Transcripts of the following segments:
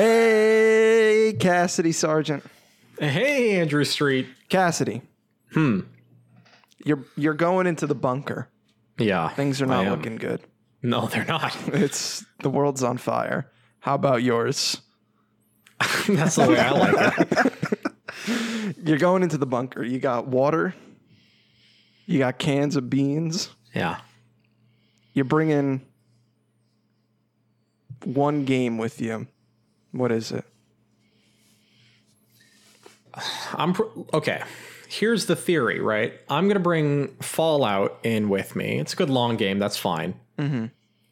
Hey, Cassidy Sargent. Hey, Andrew Street. Cassidy. Hmm. You're you're going into the bunker. Yeah. Things are I not am. looking good. No, they're not. It's the world's on fire. How about yours? That's the way I like it. You're going into the bunker. You got water. You got cans of beans. Yeah. You're bringing one game with you. What is it? I'm pr- okay. Here's the theory, right? I'm gonna bring Fallout in with me. It's a good long game. That's fine. Mm-hmm.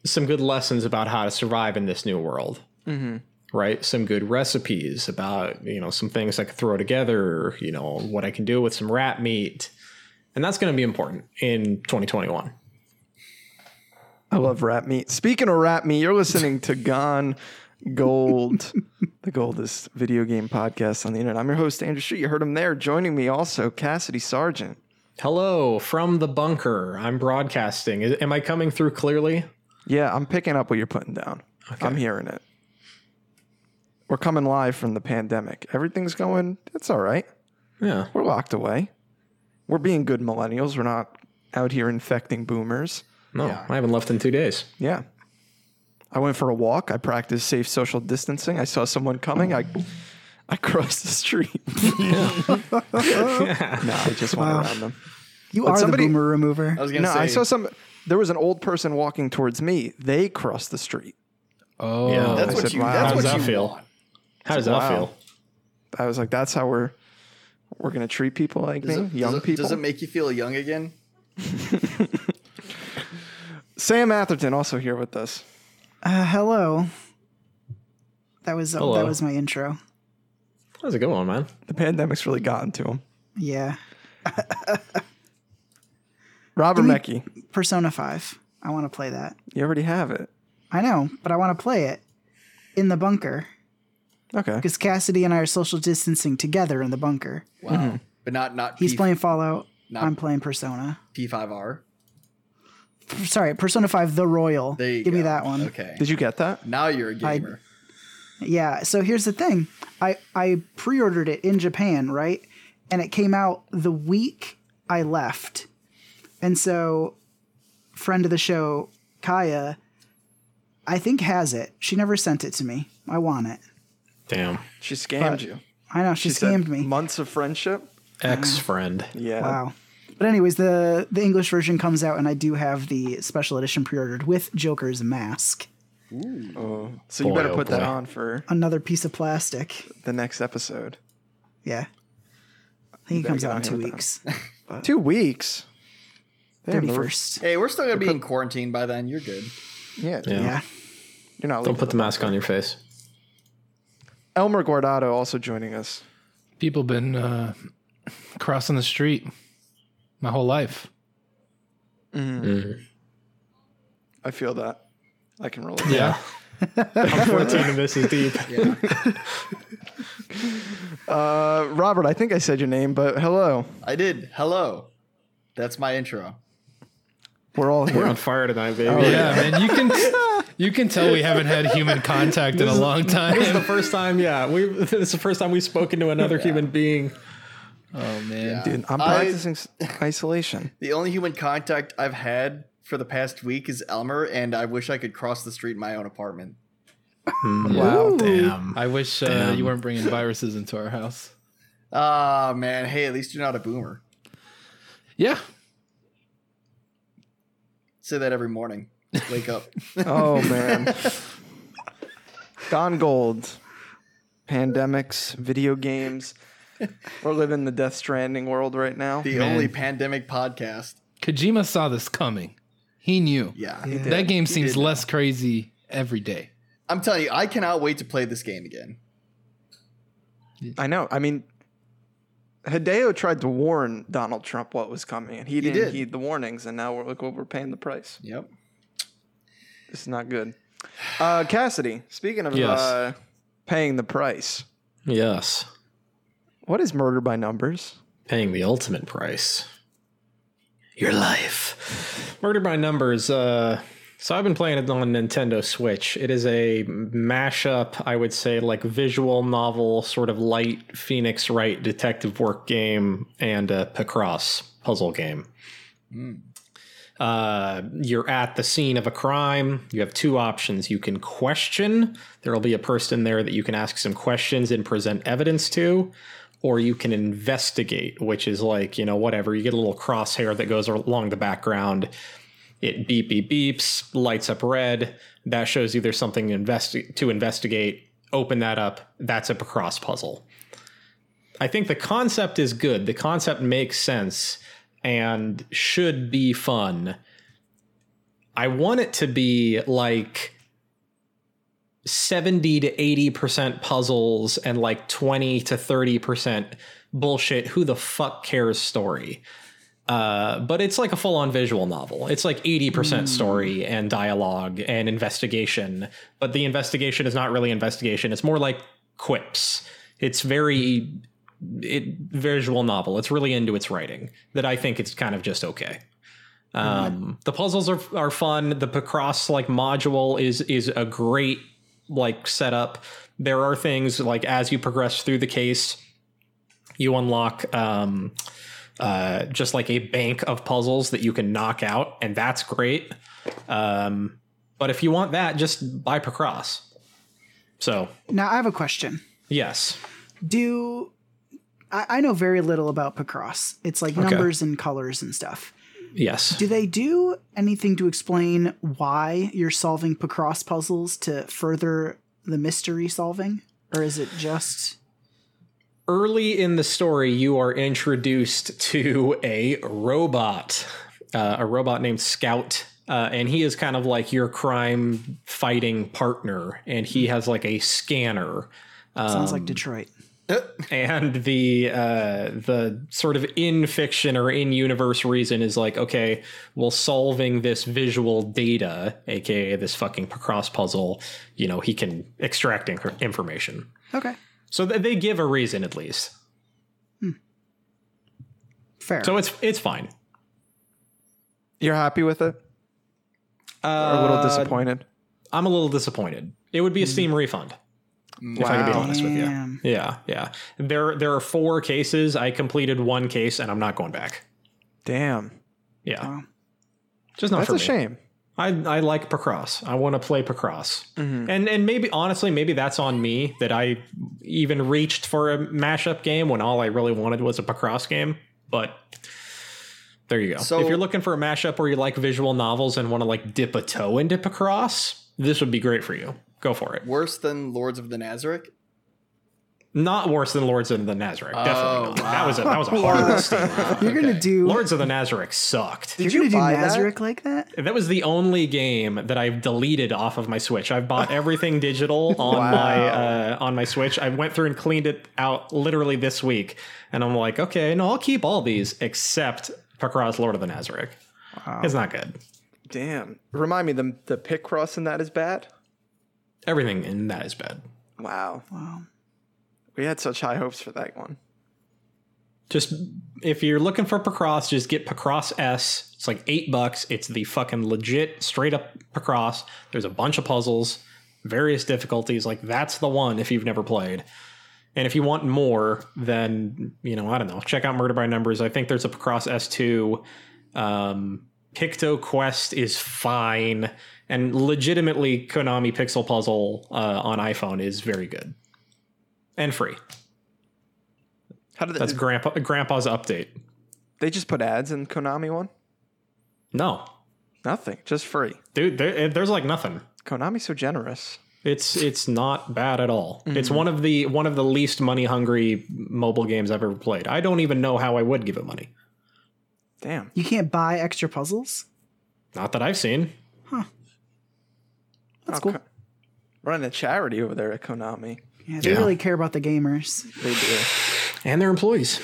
Some good lessons about how to survive in this new world. Mm-hmm. Right. Some good recipes about you know some things I could throw together. You know what I can do with some rat meat, and that's gonna be important in 2021. I love rap meat. Speaking of rap meat, you're listening to Gone Gold, the goldest video game podcast on the internet. I'm your host, Andrew Street. You heard him there. Joining me also, Cassidy Sargent. Hello from the bunker. I'm broadcasting. Is, am I coming through clearly? Yeah, I'm picking up what you're putting down. I'm hearing it. We're coming live from the pandemic. Everything's going, it's all right. Yeah. We're locked away. We're being good millennials. We're not out here infecting boomers. No, I haven't left in two days. Yeah. I went for a walk. I practiced safe social distancing. I saw someone coming. I I crossed the street. Oh. no, I just went around them. You But are somebody- the boomer remover. I was gonna No, say I saw some there was an old person walking towards me. They crossed the street. Oh, yeah. that's I what said, you. wow. How That's what does that you feel? want. How does that Wow. feel? I was like, that's how we're we're gonna treat people like me, Does it- young does it- people. Does it make you feel young again? Sam Atherton also here with us. Uh, hello. That was Hello. that was my intro. How's it going, man? The pandemic's really gotten to him. Yeah. Robert Mecki, Persona 5. I want to play that. you already have it. I know, but I want to play it in the bunker Okay. because Cassidy and I are social distancing together in the bunker. Wow. But not not He's P, playing Fallout. Not- I'm playing Persona. P5R. Sorry, Persona 5 The Royal. There you Give me go. that one. Okay. Did you get that? now you're a gamer. Yeah. So here's the thing. I I pre-ordered it in Japan, right? And it came out the week I left. And so friend of the show, Kaya, I think has it. She never sent it to me. I want it. Damn. She scammed you. I know she, She said, scammed me. Months of friendship. Ex friend. Yeah. wow. But anyways, the the English version comes out and I do have the special edition pre-ordered with Joker's mask. So you Boy, better oh put that boy. on for Another piece of plastic. the next episode. Yeah. I think better it comes get out on in here two with that. weeks. Two weeks. Damn, Thirty the- first. Hey, we're still gonna be in quarantine by then. You're good. Yeah, Yeah. Yeah. You're not. Don't leaving. put the mask on your face. Elmer Guardado also joining us. people been uh, crossing the street my whole life. I feel that. I can relate. Yeah. I'm 14 and this is deep. Yeah. Uh, Robert, I think I said your name, but hello. I did. Hello. That's my intro. We're all We're here. on fire tonight, baby. Oh, yeah, man, you can you can tell we haven't had human contact in a long This is the time. first time, yeah. We this is the first time we've spoken to another human being. Oh man, Dude, I'm I- practicing s isolation. The only human contact I've had for the past week is Elmer, and I wish I could cross the street in my own apartment. Wow. Damn. I wish uh, you weren't bringing viruses into our house. Ah, man. Hey, at least you're not a boomer. Yeah, Say that every morning. Wake up. Oh man. Gone gold. Pandemics, video games. We're living the Death Stranding world right now. The Man. only pandemic podcast. Kojima saw this coming. He knew. Yeah. that game seems did. less crazy every day. I'm telling you, I cannot wait to play this game again. I know. I mean, Hideo tried to warn Donald Trump what was coming, and he didn't did. heed the warnings. And now we're look what we're paying the price. Yep. This is not good. Uh, Cassidy, speaking of Yes. uh, paying the price, Yes. what is murder by numbers? paying the ultimate price your life murder by numbers uh So I've been playing it on Nintendo Switch. It is a mashup, I would say, like visual novel, sort of light Phoenix Wright detective work game and a Picross puzzle game. Uh, you're at the scene of a crime. You have two options. You can question. There will be a person there that you can ask some questions and present evidence to, or you can investigate, which is like you know whatever. You get a little crosshair that goes along the background it beep beep beeps, lights up red. That shows you there's something to, investi- to investigate. Open that up. That's a cross puzzle. I think the concept is good. The concept makes sense and should be fun. I want it to be like 70 to 80% puzzles and like 20 to 30% bullshit, who the fuck cares story. Uh, but it's like a full on visual novel. It's like 80% story and dialogue and investigation, but the investigation is not really investigation. It's more like quips. It's very it visual novel. It's really into its writing that I think it's kind of just okay. Um, the puzzles are are fun. The Picross like module is is a great like setup. There are things like as you progress through the case, you unlock um, uh, just like a bank of puzzles that you can knock out, and that's great. Um, but if you want that, just buy Picross. So Now I have a question. yes, Do I, I know very little about Picross. It's like numbers and colors and stuff. yes. Do they do anything to explain why you're solving Picross puzzles to further the mystery solving? Or is it just early in the story, you are introduced to a robot, uh, a robot named Scout. Uh, and he is kind of like your crime fighting partner, and he has like a scanner. sounds Um, like Detroit? and the uh, the sort of in fiction or in universe reason is like okay well solving this visual data aka this fucking cross puzzle you know he can extract inc- information Okay. so th- they give a reason at least Fair. so it's it's fine You're happy with it? Or a little disappointed? i'm a little disappointed it would be a steam refund if i could be Wow. honest with you Damn. yeah yeah there there are four cases i completed one case and i'm not going back Damn. yeah Wow. just not That's for a me. shame. I, I like Picross. I want to play Picross. And and maybe honestly, maybe that's on me that I even reached for a mashup game when all I really wanted was a Picross game. But there you go. So- if you're looking for a mashup where you like visual novels and want to like dip a toe into Picross, this would be great for you. Go for it. Worse than Lords of the Nazareth? Not worse than Lords of the Nazareth. Definitely not. That was a that was a horrible statement. You're gonna do Lords of the Nazareth sucked. you're you gonna do buy that? Nazareth like that? That was the only game that I've deleted off of my Switch. I've bought everything digital on my uh, on my Switch. I went through and cleaned it out literally this week, and I'm like, okay, no, I'll keep all these except Pacross Lord of the Nazareth. It's not good. Damn. Remind me, the, the pick cross in that is bad? Everything in that is bad. Wow. Wow. We had such high hopes for that one. Just if you're looking for Pacross, just get Pacross S. It's like eight bucks. It's the fucking legit, straight up Pacross. There's a bunch of puzzles, various difficulties. Like that's the one if you've never played. And if you want more, then you know I don't know. Check out Murder by Numbers. I think there's a Pacross S two. Um, Picto Quest is fine, and legitimately Konami Pixel Puzzle uh, on iPhone is very good and free. How did That's they, grandpa grandpa's update. they just put ads in Konami one? No, Nothing, just free. dude there, there's like nothing Konami's so generous. it's it's not bad at all it's one of the one of the least money hungry mobile games i've ever played i don't even know how i would give it money Damn. You can't buy extra puzzles? not that i've seen That's Oh, cool. Ko- running a charity over there at Konami. Yeah, they Yeah. really care about the gamers. They do. and their employees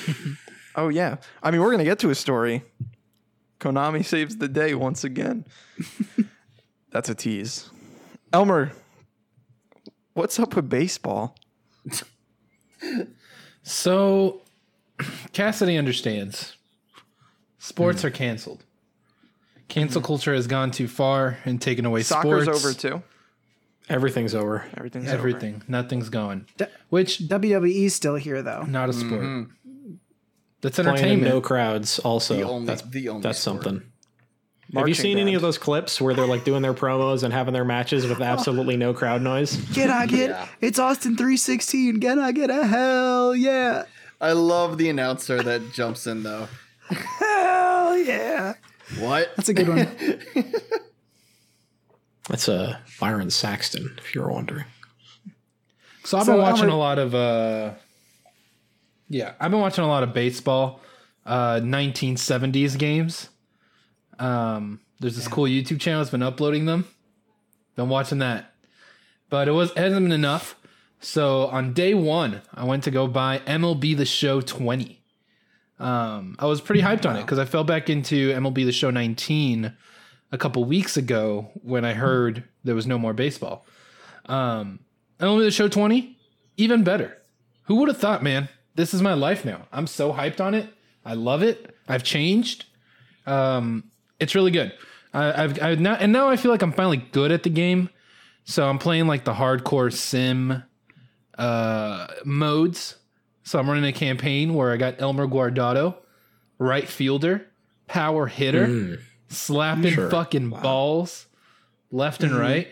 Oh yeah. I mean, we're gonna get to a story. Konami saves the day once again. That's a tease. Elmer, what's up with baseball? So Cassidy understands. Sports are canceled. Cancel culture has gone too far and taken away Soccer's sports. over too. Everything's over. Everything's Over. Everything. Nothing's going. Which WWE's E still here though. not a sport. That's Playing in entertainment. no crowds. Also, The only, that's the only that's sport. something. Have Marching you seen any band. of those clips where they're like doing their promos and having their matches with absolutely no crowd noise? Can I get it's Austin three sixteen? Can I get a hell yeah? I love the announcer that jumps in though. Hell yeah! What? That's a good one. That's uh, Byron Saxton, if you were wondering. So I've So been watching Elmer- a lot of uh Yeah, I've been watching a lot of baseball uh 1970s games. Um there's this cool YouTube channel that's been uploading them. Been watching that. But it was it hasn't been enough. So on day 1, I went to go buy MLB The Show 20. Um I was pretty hyped on it cuz I fell back into MLB The Show 19 a couple weeks ago when I heard there was no more baseball. Um and only the show 20, even better. Who would have thought, man? This is my life now. I'm so hyped on it. I love it. I've changed. Um, it's really good. I, I've, I've now, and now I feel like I'm finally good at the game. So I'm playing like the hardcore sim uh, modes. So I'm running a campaign where I got Elmer Guardado, right fielder, power hitter, slapping Sure. fucking balls left and right.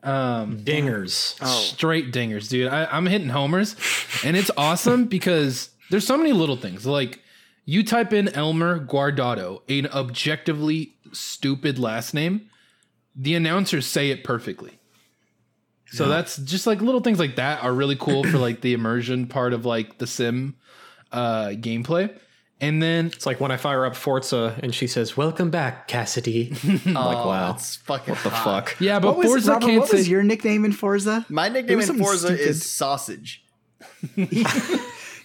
Um, Dingers. Oh. Oh. straight dingers, dude. I, I'm hitting homers, and it's awesome because there's so many little things. Like you type in Elmer Guardado, an objectively stupid last name, the announcers say it perfectly. So that's just like little things like that are really cool for like the immersion part of like the sim uh, gameplay. And then It's like when I fire up Forza and she says, "Welcome back, Cassidy." I'm like, wow, It's fucking what the Ah, hot. fuck? yeah, but What was Forza Robert, can't what say was your nickname in Forza? My It nickname was in something Forza stupid. is sausage.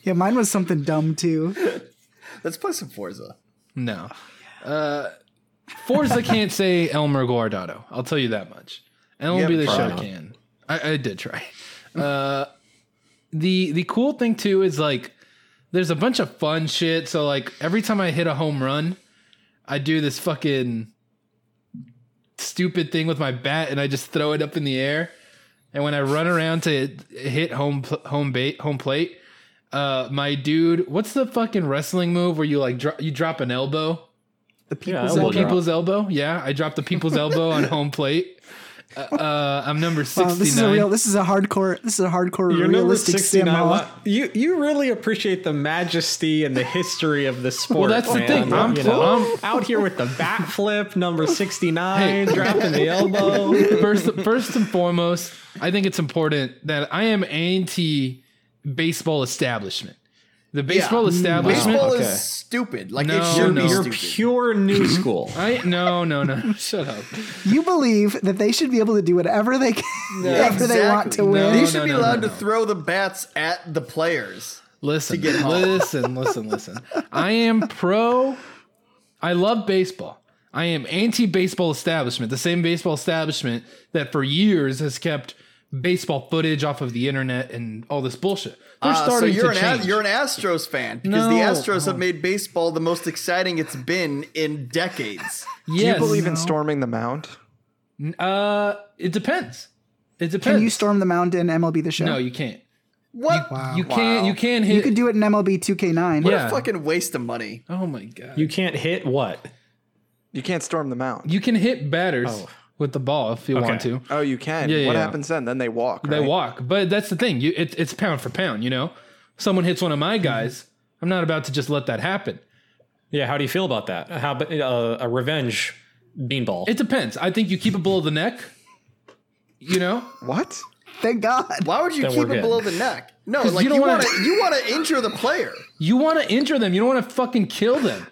Yeah, mine was something dumb too. Let's play some Forza. No. Uh, Forza can't say Elmer Guardado. I'll tell you that much. MLB Yeah, the try show not. can. I, I did try. Uh, the the cool thing too is like there's a bunch of fun shit. So like every time I hit a home run, I do this fucking stupid thing with my bat and I just throw it up in the air. And when I run around to hit home pl- home bait home plate, uh, my dude, what's the fucking wrestling move where you like dro- you drop an elbow? The Yeah, people's I the will elbow. drop. people's elbow. Yeah, I dropped the people's elbow on home plate. Uh, Uh, I'm number Wow, sixty nine. this is a real. This is a hardcore. This is a hardcore realistic sim. hall. You you really appreciate the majesty and the history of the sport. that's the man. thing. I'm you know, pl- out here with the bat flip, number sixty nine, dropping the elbow. first, first and foremost, I think it's important that I am anti baseball establishment. The baseball Mm, establishment. Baseball okay. is stupid. Like No, it should no. be You're stupid. pure new school. I no no no. Shut up. You believe that they should be able to do whatever they can, whatever they want to Exactly. win. No. They should be no, allowed to no, no. throw the bats at the players. Listen, get home. listen, listen, listen. I am pro. I love baseball. I am anti baseball establishment, the same baseball establishment that for years has kept baseball footage off of the internet and all this bullshit. They're Uh, so starting you're to an change. A- you're an Astros fan because the No. Astros have made baseball the most exciting it's been in decades. yes. Do you believe in storming the mound? Uh, it depends. It depends. Can you storm the mound in MLB the show? No, you can't. What? You can't. You can't hit. You could do it in MLB 2K9. Yeah. A fucking waste of money. oh my god. You, You can't hit what? You can't storm the mound. you can hit batters Oh. with the ball if you want Okay. to. oh, you can. Yeah, yeah, what yeah. happens then? Then they walk. They right? walk, but that's the thing. You, it, it's pound for pound. You know, someone hits one of my guys. I'm not about to just let that happen. Yeah, how do you feel about that? How about uh, a revenge beanball? It depends. I think you keep it below the neck. You know, What? Thank God. Why would you Then keep we're it good. below the neck? No, like you you, don't wanna- want to you want to injure the player. you want to injure them. You don't want to fucking kill them.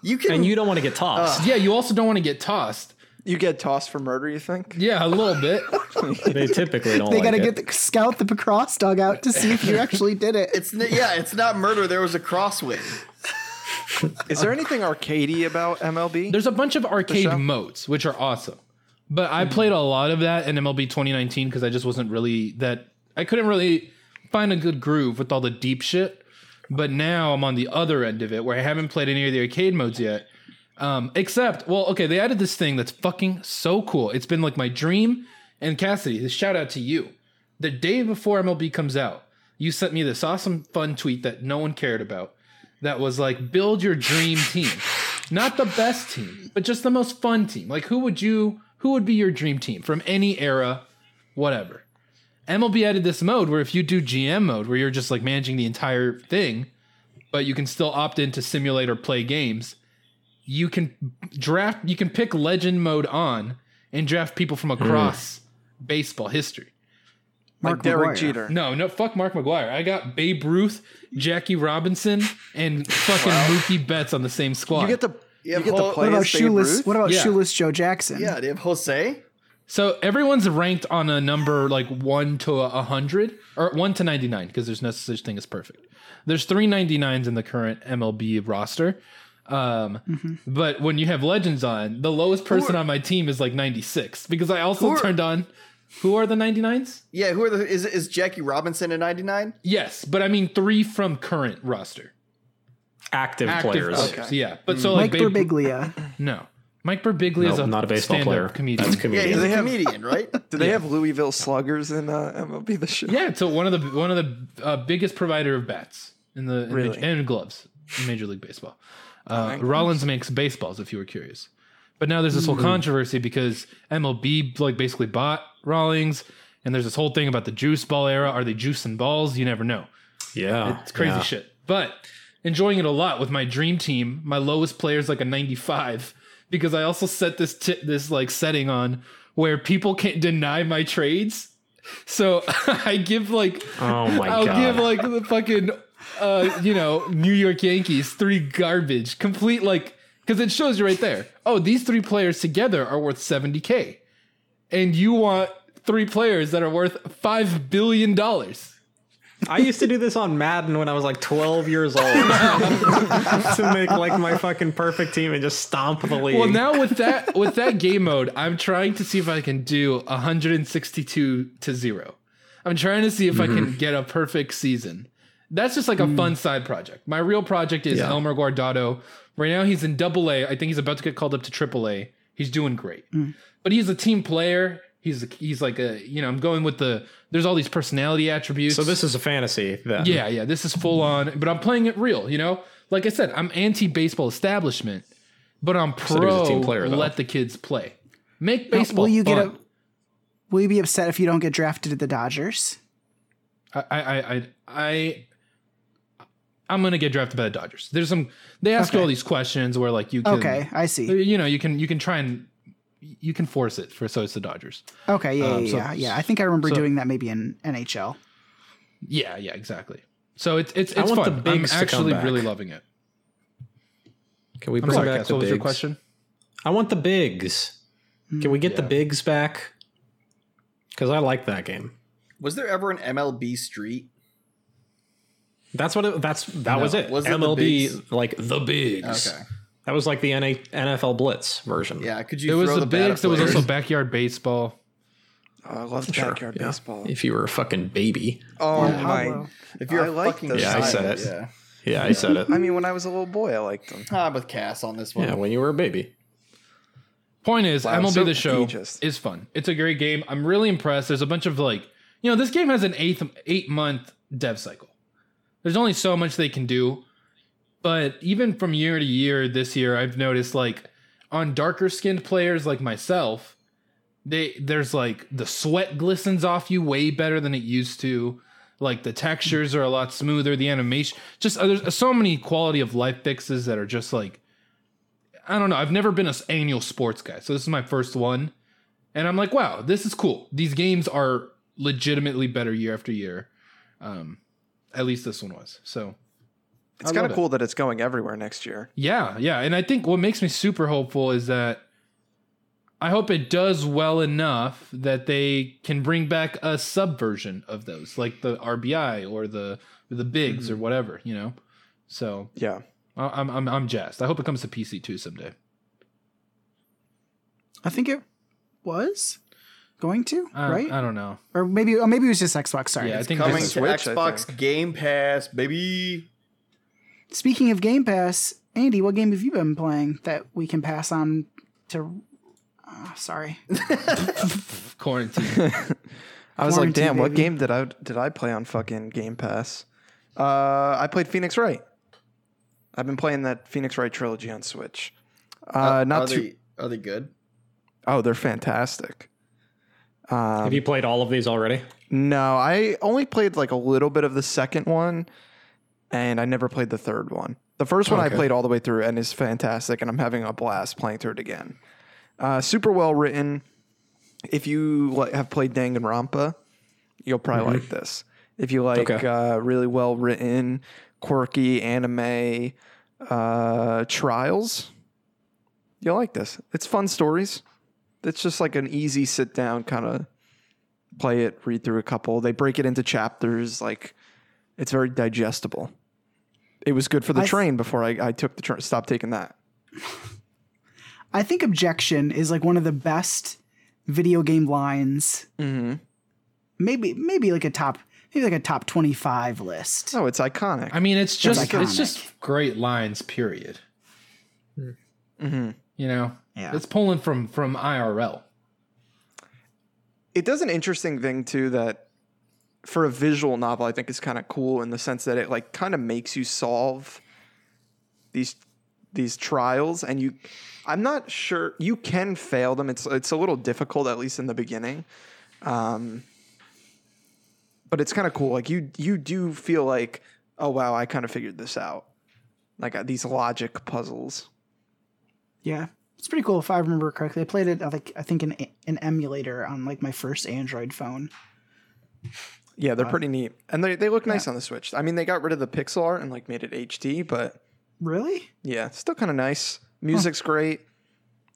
You can. and you don't want to get tossed. Yeah, you also don't want to get tossed. You get tossed for murder, you think? Yeah, a little bit. Uh. they typically don't. They like gotta it. get the scout the cross dog out to see if you actually did it. it's n- yeah, it's not murder. There was a crosswind. Is there anything arcadey about MLB? There's a bunch of arcade show? modes which are awesome, but I played a lot of that in MLB 2019 because I just wasn't really that. I couldn't really find a good groove with all the deep shit. But now I'm on the other end of it where I haven't played any of the arcade modes yet. Um, except, well, okay, they added this thing that's fucking so cool. It's been like my dream. And Cassidy, this shout out to you. The day before MLB comes out, you sent me this awesome fun tweet that no one cared about. That was like, build your dream team. Not the best team, but just the most fun team. Like, who would you, who would be your dream team from any era, whatever? MLB added this mode where if you do GM mode, where you're just like managing the entire thing, but you can still opt in to simulate or play games. You can draft, you can pick legend mode on and draft people from across Hmm. baseball history. Like Derek Maguire. Jeter. No, no, fuck Mark McGuire. I got Babe Ruth, Jackie Robinson, and fucking Mookie Betts on the same squad. You get to Yeah, you get to Paul- play What What about as Babe shoeless? Ruth? What about Yeah. shoeless Joe Jackson? Yeah, they have Jose. so everyone's ranked on a number like one to a hundred or one to ninety nine because there's no such thing as perfect. There's three ninety nines in the current MLB roster. Um, Mm-hmm. but when you have legends on, the lowest person on my team is like ninety six because I also Who are- turned on. Who are the ninety nines? Yeah, who are the is is Jackie Robinson in '99? Yes, but I mean three from current roster. Active, Active players. players, yeah. But so like Mike Babe- Birbiglia. No. Mike Birbiglia is Nope, a not a baseball stand-up player. comedian. That's Yeah, comedian. he's a have- comedian, right? Do they have Louisville Sluggers in uh, MLB the show? yeah, so one of the one of the uh, biggest provider of bats in the in Really? Oh, major, and gloves in Major League Baseball. Uh, Rollins makes baseballs, if you were curious. But now there's this Hmm. whole controversy because MLB like basically bought Rawlings, and there's this whole thing about the juice ball era. Are they juicing balls? You never know. Yeah, It's crazy yeah. shit. But enjoying it a lot with my dream team. My lowest player is like a 95 because I also set this t- this like setting on where people can't deny my trades. So I give like Oh my I'll god. give like the fucking uh you know New York Yankees three garbage complete like because it shows you right there. Oh, these three players together are worth 70k, and you want three players that are worth five billion dollars. I used to do this on Madden when I was like 12 years old to make like my fucking perfect team and just stomp the league. Well, now with that with that game mode, I'm trying to see if I can do 162 to zero. I'm trying to see if I Mm-hmm. can get a perfect season. That's just like a fun side project. My real project is Mm. Yeah. Elmer Guardado. Right now, he's in Double A. I think he's about to get called up to Triple A. He's doing great, Mm. but he's a team player. He's he's like a you know I'm going with the there's all these personality attributes. so this is a fantasy. Then. Yeah, yeah, this is full on, but I'm playing it real, you know? Like I said, I'm anti baseball establishment, but I'm there's pro a team player, though. let the kids play. Make Now, baseball. will you get fun. a- Will you be upset if you don't get drafted to the Dodgers? I I I I I'm gonna get drafted by the Dodgers. There's some they ask you Okay. all these questions where like you can Okay, I see. you know, you can you can try and you can force it for so it's the Dodgers. Okay, yeah, yeah, Oh, so- yeah, yeah. I think I remember so- doing that maybe in NHL. Yeah, yeah, exactly. So it's it's I it's want fun. the I'm bigs to come actually back. really loving it. Can we I'm bring sorry, back Cass, the what was your bigs? question? I want the bigs. Can we get the Hmm, Yeah. bigs back? Because I like that game. Was there ever an MLB Street? That's what it, that's that was it. Was it the MLB bigs? like the bigs. Okay. That was like the NA, NFL Blitz version. Yeah, could you? There was throw the, the bat bigs. at There was also players? backyard baseball. Oh, I love Sure, backyard yeah. baseball. If you were a fucking baby. Oh Yeah, my! Pablo. If you're I a like fucking those. Yeah, I said child, it. Yeah. Yeah, I said it. I mean, when I was a little boy, I liked them. Ah, I'm with Cass on this one. yeah, when you were a baby. Point is, Wow, MLB so the Show ageist. is fun. It's a great game. I'm really impressed. There's a bunch of like, you know, this game has an eighth eight month dev cycle. There's only so much they can do, but even from year to year, this year I've noticed like on darker skinned players like myself, they there's like the sweat glistens off you way better than it used to. Like the textures are a lot smoother. The animation, just uh, there's so many quality of life fixes that are just like I don't know. I've never been an annual sports guy, so this is my first one, and I'm like, wow, this is cool. These games are legitimately better year after year. Um, at least this one was. So It's I kind love of it. cool that it's going everywhere next year. yeah, yeah, and I think what makes me super hopeful is that I hope it does well enough that they can bring back a subversion of those, like the RBI or the or the bigs or whatever, you know. So Yeah. I- I'm I'm I'm jazzed. I hope it comes to PC too someday. I think it was going to I, right, I don't know. or maybe oh, maybe it was just Xbox. Sorry, Yeah, I think Coming this to is- Switch, I Xbox Game Pass, baby. Speaking of Game Pass, Andy, what game have you been playing that we can pass on to? Uh, sorry, Quarantine. I was like, Quarantine, damn, what baby. game did I did I play on fucking Game Pass? Uh, I played Phoenix Wright. I've been playing that Phoenix Wright trilogy on Switch. Uh, are not too. they are they good? oh, they're fantastic. Um, Have you played all of these already? No, I only played like a little bit of the second one, and I never played the third one. The first one I played all the way through and is fantastic, and I'm having a blast playing through it again. Uh, super well written. If you like, have played Danganronpa, you'll probably like this. If you like Okay. uh, really well written, quirky anime uh, trials, you'll like this. It's fun stories. It's just like an easy sit down kind of play it, read through a couple. They break it into chapters. Like it's very digestible. It was good for the I s- train before I, I took the train. Stop taking that. I think objection is like one of the best video game lines. Mm-hmm. Maybe maybe like a top maybe like a top twenty five list. No, Oh, it's iconic. I mean, it's just it's iconic. just great lines. Period. hmm You know, Yeah. it's pulling from from IRL. It does an interesting thing too that for a visual novel, I think is kind of cool in the sense that it like kind of makes you solve these these trials, and you. I'm not sure you can fail them. It's it's a little difficult, at least in the beginning. Um, but it's kind of cool. Like you you do feel like, oh wow, I kind of figured this out. Like uh, these logic puzzles. Yeah, it's pretty cool if I remember correctly. I played it uh, like I think an an emulator on like my first Android phone. Yeah, they're pretty neat, Uh, and they they look nice on the Switch. I mean, they got rid of the pixel art and like made it HD, but Really? Yeah, it's still kind of nice. Music's great.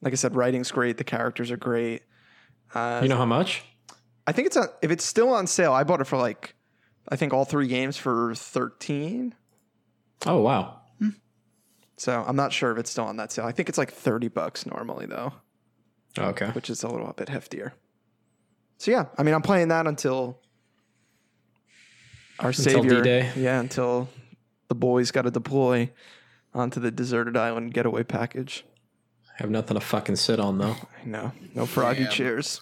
Like I said, writing's great. The characters are great. Uh, You know how much? I think it's on, if it's still on sale. I bought it for like, I think all three games for thirteen. Oh wow. So I'm not sure if it's still on that sale. I think it's like thirty bucks normally though, Okay. which is a little bit heftier. So yeah, I mean, I'm playing that until our savior. D-Day. Yeah, until the boys got to deploy onto the deserted island getaway package. Have nothing to fucking sit on though. I know. No froggy Damn. chairs.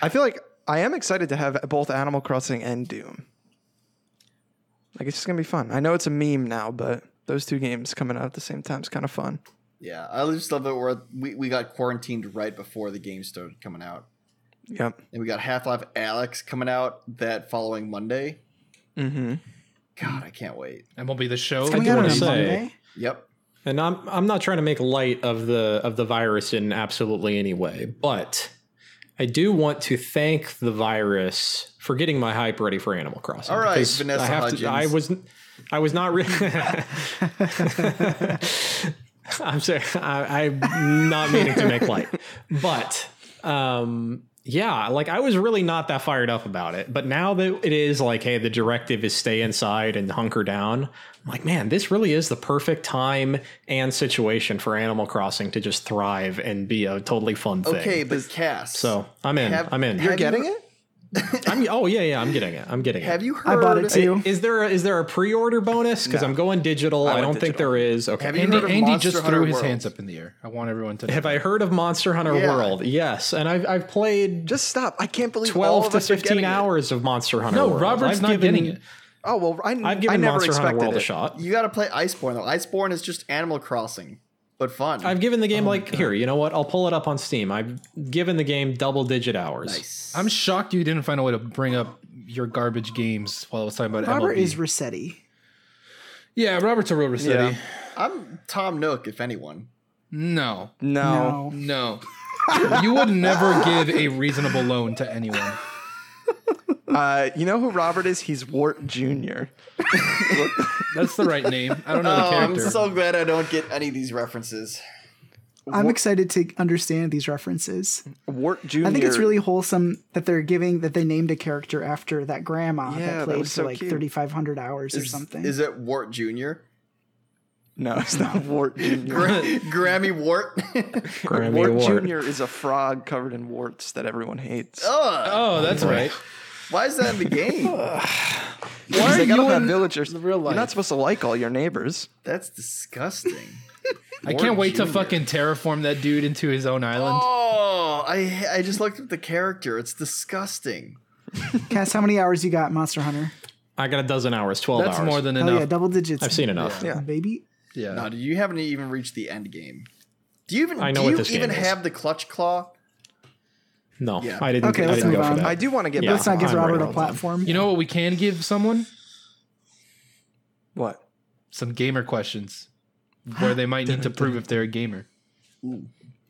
I feel like I am excited to have both Animal Crossing and Doom. Like it's just gonna be fun. I know it's a meme now, but those two games coming out at the same time is kind of fun. Yeah, I just love it where we, we got quarantined right before the game started coming out. Yep. And we got Half Life Alex coming out that following Monday. Mm-hmm. God, I can't wait. That won't be the show. I do Coming out wanna on say- Monday? Yep. And I'm I'm not trying to make light of the of the virus in absolutely any way, but I do want to thank the virus for getting my hype ready for Animal Crossing. All right, because Vanessa I have Hudgens. to. I was I was not. Re- I'm sorry. I, I'm not meaning to make light, but um, yeah, like I was really not that fired up about it. But now that it is like, hey, the directive is stay inside and hunker down. I'm like, man, this really is the perfect time and situation for Animal Crossing to just thrive and be a totally fun thing. Okay, but Cass. So I'm in. have- I'm in. You're Have getting you- it? I'm, oh yeah, yeah. I'm getting it. I'm getting it. Have you I heard? bought it too. Is there a, is there a pre-order bonus? Because I'm going digital. I, went don't think digital. there is. Okay. Have you Andy, heard of Andy Monster just Hunter threw his World? hands up in the air. I want everyone to. Have I heard of Monster Hunter Yeah. World? Yes, and I've I've played Just stop. I can't believe all 12 of to us are getting 15 it. hours of Monster Hunter No, World. Robert's I've not given, getting it. Oh well, I, I've I given never Monster Hunter expected World it. a shot. You got to play Iceborne though. Iceborne is just Animal Crossing, but fun. I've given the Oh game like here, you know what? I'll pull it up on Steam. I've given the game double digit hours. nice. I'm shocked you didn't find a way to bring up your garbage games while I was talking about Robert MLB. is Rossetti. yeah, Robert's a real Rossetti. Yeah. I'm Tom Nook, if anyone. No, No. No. no, you would never give a reasonable loan to anyone. Uh, you know who Robert is? He's Wart Jr. That's the right name. I don't know the Um, Oh, I'm character. so glad I don't get any of these references. I'm excited to understand these references. Wart Jr. I think it's really wholesome that they're giving that they named a character after that grandma Yeah, that that played was so for like cute. 3,500 hours or something. Is it Wart Jr.? no, it's not Wart Jr. Grammy Wart. Grammy Wart Award. Jr. is a frog covered in Oh, warts that everyone hates. Ugh. oh, that's right. Why is that in the game? Why They are got all you that in villagers. the real You're life? not supposed to like all your neighbors. That's disgusting. I can't Ward wait to Jr.. fucking terraform that dude into his own island. Oh, I I just looked at the character. It's disgusting. Cass, how many hours you got, Monster Hunter? I got a dozen hours, twelve That's hours. more than Oh yeah, enough. double digits. I've seen enough. Yeah. baby. yeah. No, you haven't even reached the end game. Do you even I know do what you this game even is. have the clutch claw? No, Yeah. I didn't. Okay, I let's didn't move go for on. that. I do want to get Yeah. back Let's not give I'm Robert ready. a platform. You know what we can give someone? What? Some gamer questions where they might need to prove if they're a gamer.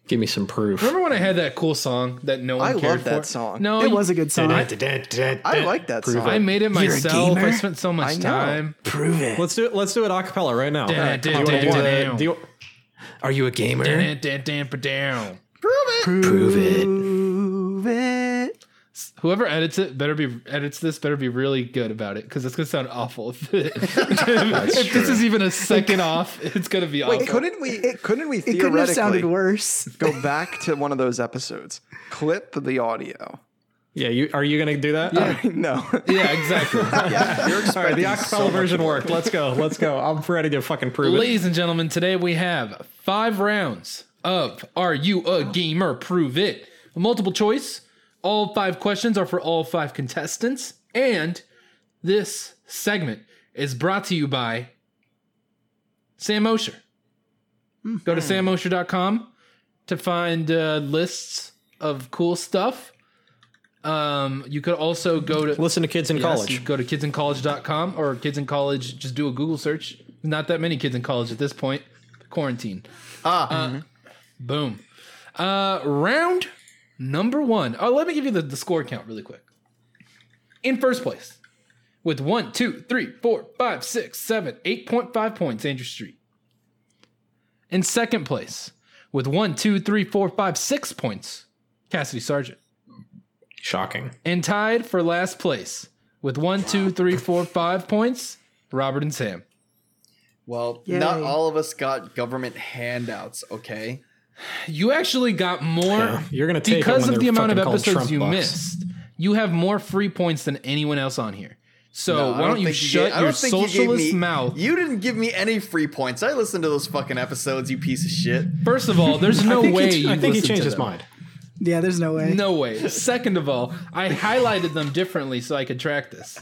Give me some proof. Remember when I had that cool song that no one I cared love that for? song. No, it you- was a good song. I like that Prove song. I made it a myself. I gamer? spent so I much know. time. Prove it. Let's do it. Let's do it a cappella right now. Dun, Alright, dun, do you wanna dun, do dun, the- dun. do you- Are you a gamer? Dun, dun, dun, ba, down. Prove it. Prove it. Whoever edits it better be edits this better be really good about it because it's gonna sound awful. if if this is even a second off, it's gonna be awful. Wait, couldn't we? couldn't we It couldn't have sounded theoretically worse. go back to one of those episodes, clip the audio? Yeah. You are you gonna do that? no, yeah, exactly. You're All right, the expecting so acapella much version more. worked. Let's go. Let's go. I'm ready to fucking prove it. Ladies and gentlemen, today we have five rounds of Are You a Gamer? Prove It. Multiple choice. All five questions are for all five contestants. And this segment is brought to you by Sam Osher. Go to samosher.com to find uh, lists of cool stuff. Um, you could also go to Listen to kids in Yes, college. you go to kidsincollege.com or kids in college. Just do a Google search. Not that many kids in college at this point. Quarantine. Uh, Ah, mm-hmm. Boom. Uh, round number one. Oh, let me give you the, the score count really quick. In first place, with one, two, three, four, five, six, seven, eight point five points, Andrew Street. In second place, with one, two, three, four, five, six points, Cassidy Sargent. Shocking. And tied for last place with one, two, three, four, five points, Robert and Sam. well, not Yay. all of us got government handouts. Okay, You actually got more Yeah, you're gonna take it because when of they're the amount of fucking called episodes Trump you bucks. missed. You have more free points than anyone else on here. So No, I why don't, you think shut gave- I your don't think you gave socialist me- mouth? You didn't give me any free points. I listened to those fucking episodes. You piece of shit. First of all, there's no I think way. he, you I think he listened to changed his them. mind. Yeah, there's no way. No way. Second of all, I highlighted them differently so I could track this.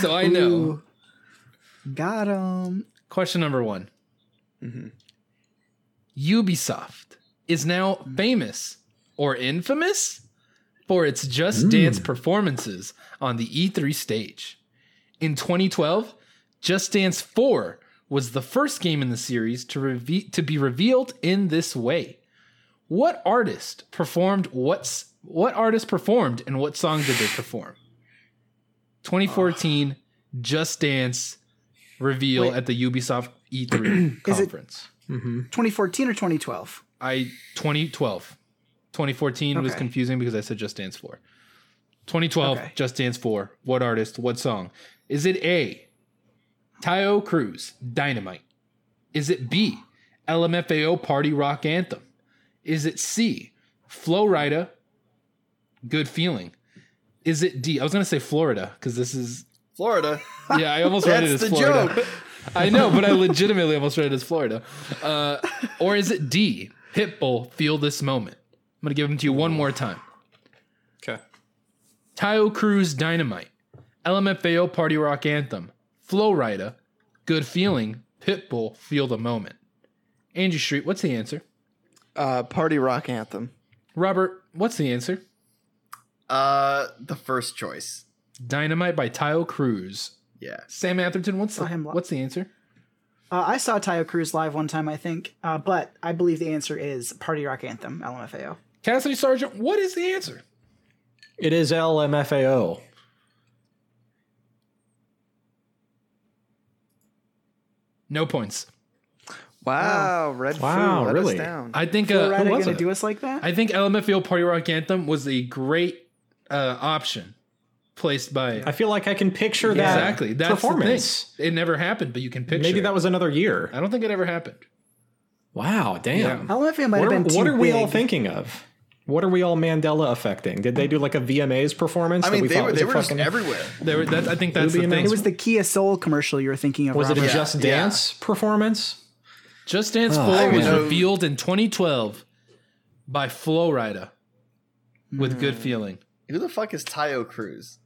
so I know. Ooh. Got him. Question number one Ubisoft is now famous or infamous for its Just Hmm. Dance performances on the E3 stage. In 2012, Just Dance 4 was the first game in the series to, reve- to be revealed in this way. What artist performed what's what artist performed and what song did they perform? 2014 Ah. Just Dance reveal at the Ubisoft E3 Is it- conference. 2014 or 2012? I 2012. 2014 was Okay. confusing because I said Just Dance 4. 2012 Okay. Just Dance 4. What artist, what song? Is it A Tayo Cruz Dynamite? Is it B LMFAO Party Rock Anthem? Is it C Flow Rida Good Feeling? Is it D? I was going to say Florida because this is Florida. yeah, I almost read it as That's the Florida. joke. I know, but I legitimately almost read it as Florida. Uh, or is it D? Pitbull, feel this moment. I'm gonna give them to you one more time. Okay. Tayo Cruz, Dynamite, LMFAO, Party Rock Anthem, Flow Rida, Good Feeling, Pitbull, feel the moment. Andrew Street, what's the answer? uh, party rock anthem. Robert, what's the answer? Uh, the first choice. Dynamite by Tayo Cruz. Yeah. Sam Atherton, what's the, Saw him li- what's the answer? Uh, I saw Tayo Cruz live one time, I think, uh, but I believe the answer is Party Rock Anthem, LMFAO. Cassidy Sargent, what is the answer? It is LMFAO. No points. Wow, Red Wow, Fool let really? us down. I think Uh, uh, Florida who going was to it? do us like that? I think LMFAO Party Rock Anthem was a great uh, option placed by I feel like I can picture that exactly that's performance. The thing. It never happened, but you can picture. Maybe it. that was another year. I don't think it ever happened. Wow, damn. LMFAO might What, have are, been too what are we big. all thinking of? What are we all Mandela affecting? Did they do like a VMAs performance? I that mean, we they thought were was they a were just fucking- everywhere. They were, that, I think that's the Ruby and thing. It It was the Kia Soul commercial you were thinking of. Was it a Robert. Just yeah. Dance performance? Just Dance Oh, 4 was man. revealed in 2012 by Flowrider with Good Hmm. Feeling. Who the fuck is Tayo Cruz?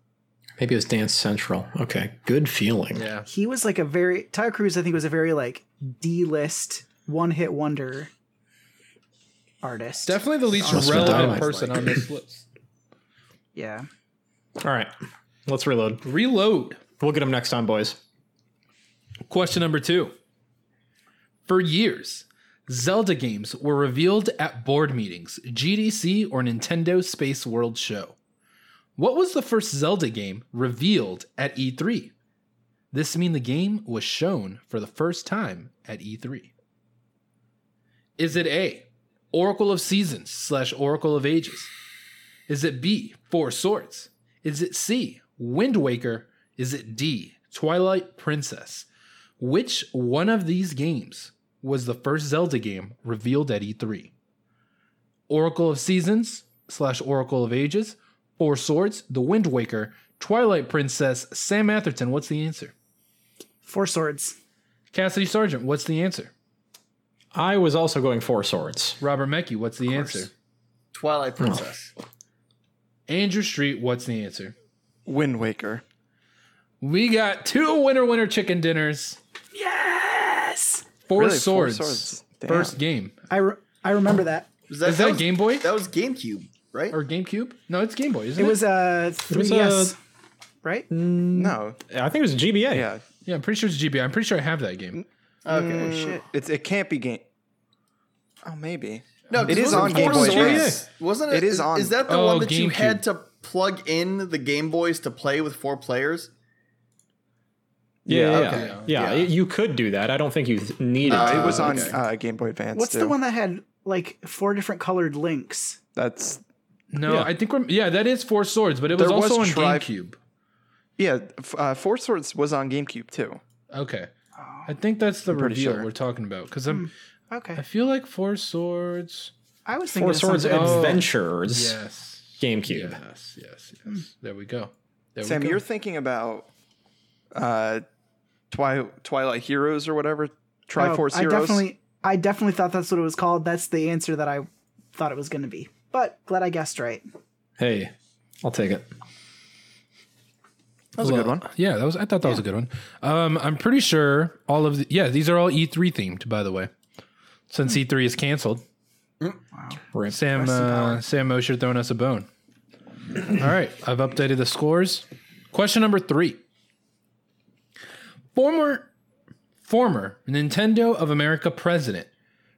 Maybe it was Dance Central. Okay, good feeling. Yeah. He was like a very Tyler Cruz. I think was a very like D list one hit wonder artist. Definitely the least Must've relevant died. person on this list. Yeah. All right, let's reload. Reload. We'll get them next time, boys. Question number two. For years, Zelda games were revealed at board meetings, GDC, or Nintendo Space World Show. What was the first Zelda game revealed at E3? This mean the game was shown for the first time at E3. Is it A, Oracle of Seasons slash Oracle of Ages? Is it B, Four Swords? Is it C, Wind Waker? Is it D, Twilight Princess? Which one of these games was the first Zelda game revealed at E3? Oracle of Seasons slash Oracle of Ages, Four Swords, The Wind Waker, Twilight Princess, Sam Atherton. What's the answer? Four Swords. Cassidy Sargent. What's the answer? I was also going four swords. Robert Mecki. What's the answer? Oh. Twilight Princess. Andrew Street. What's the answer? Wind Waker. We got two winner winner chicken dinners. Yes. Four Really, Four Swords. Swords. Damn. First game. I, re- I remember that. Was Is that was- Game Boy? That was GameCube, right? Or GameCube? No, it's Game Boy, isn't It it? was a 3DS, was a- right? No. I think it was GBA. Yeah. Yeah, I'm pretty sure it's GB. I'm pretty sure I have that game. okay. Shit. It's it can't be game. Oh, maybe. No, It 'cause is wasn't on Game Four Boy Swords- Advance. Wasn't it? It is on- Is that the Oh, one that you GameCube. had to plug in the Game Boys to play with four players? Yeah, yeah, Okay. yeah. Yeah, Yeah. it- you could do that. I don't think you th- needed No, to. it was on okay. uh, Game Boy Advance. What's the too. one that had like four different colored links? That's No, Yeah. I think we're yeah, that is Four Swords, but it was There was also on tri- GameCube. yeah. f- Uh, Four Swords was on GameCube too. Okay. I think that's the pretty reveal sure. Hmm. we're talking about because I'm I Okay. feel like Four Swords. I was thinking Four of Swords something- Oh. Adventures Yes. GameCube. Yes, yes, yes. There we go. There Hmm. Sam, we go. you're thinking about uh, Twi- Twilight Heroes or whatever. Oh, Triforce I Heroes. definitely, I definitely thought that's what it was called. That's the answer that I thought it was going to be. But glad I guessed right. Hey, I'll take it. that was a good one. yeah, that was. I thought that was a good one. Um, I'm pretty sure all of the, yeah, these are all E3 themed, by the way. Since E3 is canceled, Rip. Sam uh, Sam Mosher throwing us a bone. All right, I've updated the scores. Question number three. Former former Nintendo of America president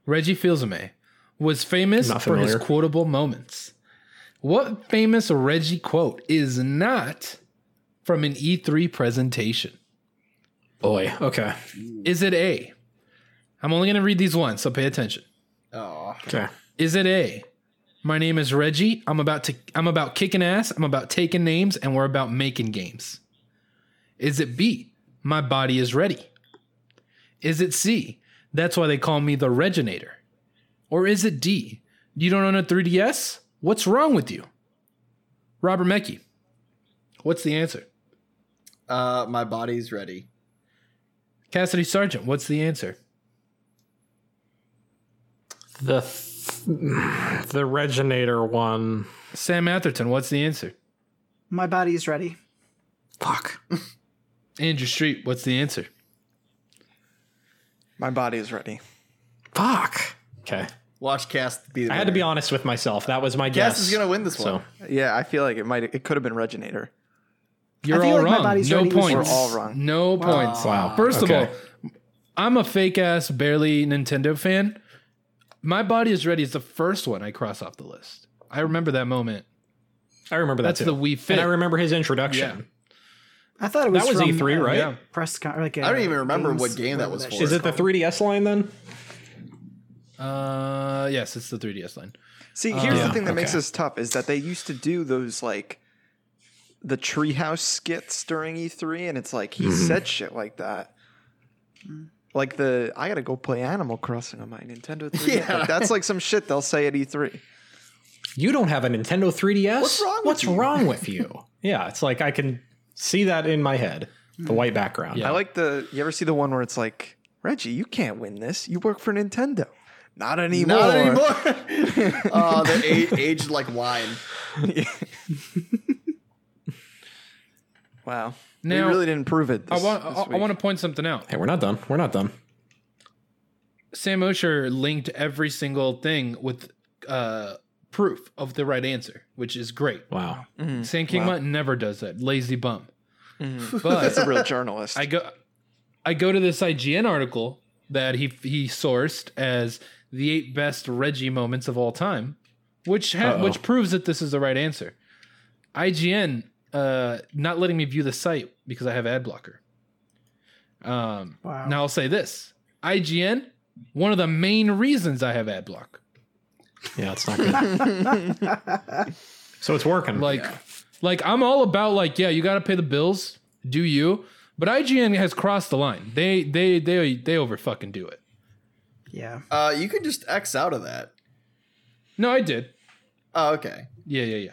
Reggie Fils-Aimé was famous Not for his familiar. quotable moments. What famous Reggie quote is not from an E3 presentation? Boy, okay, Is it A? I'm only going to read these once, so pay attention. Oh, okay. Is it A? My name is Reggie. I'm about to I'm about kicking ass. I'm about taking names and we're about making games. Is it B? My body is ready. Is it C? That's why they call me the Reginator. Or is it D? You don't own a 3DS? What's wrong with you? Robert Mecki. What's the answer? uh, my body's ready. Cassidy Sargent, what's the answer? The th- the Reginator one. Sam Atherton, what's the answer? My body is ready. Fuck. Andrew Street, what's the answer? My body is ready. Fuck. Okay. Watch Cast be. The I had to be winner. honest with myself. That was my guess. Cast is gonna win this one. Yeah, I feel like it might. It could have been Reginator. You're feel all like my wrong. body's no ready was- points. We're all wrong. No points. Wow. First Okay. of all, I'm a fake ass, barely Nintendo fan. My body is ready is the first one I cross off the list. I remember that moment. I remember that That's too. the Wii Fit. And I remember his introduction. I thought it was That was from, E3, uh, right? yeah. Press con- or like I don't even remember what game that was for. Is it the 3DS line then? Uh, yes, it's the 3DS line. See, here's yeah, the thing that makes okay. this tough is that they used to do those like the treehouse skits during E3, and it's like he said shit like that. Like the I gotta go play Animal Crossing on my Nintendo 3. Yeah. E Like, that's like some shit they'll say at E3. you don't have a Nintendo 3DS. What's wrong with you?" wrong with you? yeah, it's like I can see that in my head, the Hmm. white background. Yeah. I like the. You ever see the one where it's like, Reggie, you can't win this. You work for Nintendo. Not anymore. Not anymore. Oh, they're a- aged like wine. Wow. they Now- really didn't prove it. I This, want. this I, I week. want to point something out. Hey, we're not done. We're not done. Sam Osher linked every single thing with uh, proof of the right answer, which is great. Wow. Mm-hmm. Sam King Mutt never does that. Lazy bum. That's a But real journalist. I go, I go to this IGN article that he he sourced as the eight best Reggie moments of all time, which ha- Uh-oh. which proves that this is the right answer. IGN uh, not letting me view the site because I have ad blocker. Um, Wow. Now I'll say this: IGN, one of the main reasons I have ad block. Yeah, it's not good. so it's working. Like, like I'm all about like, yeah, you got to pay the bills. Do you? But IGN has crossed the line. They they they they over fucking do it. Yeah. Uh, you could just X out of that. No, I did. Oh, okay. Yeah, yeah, yeah.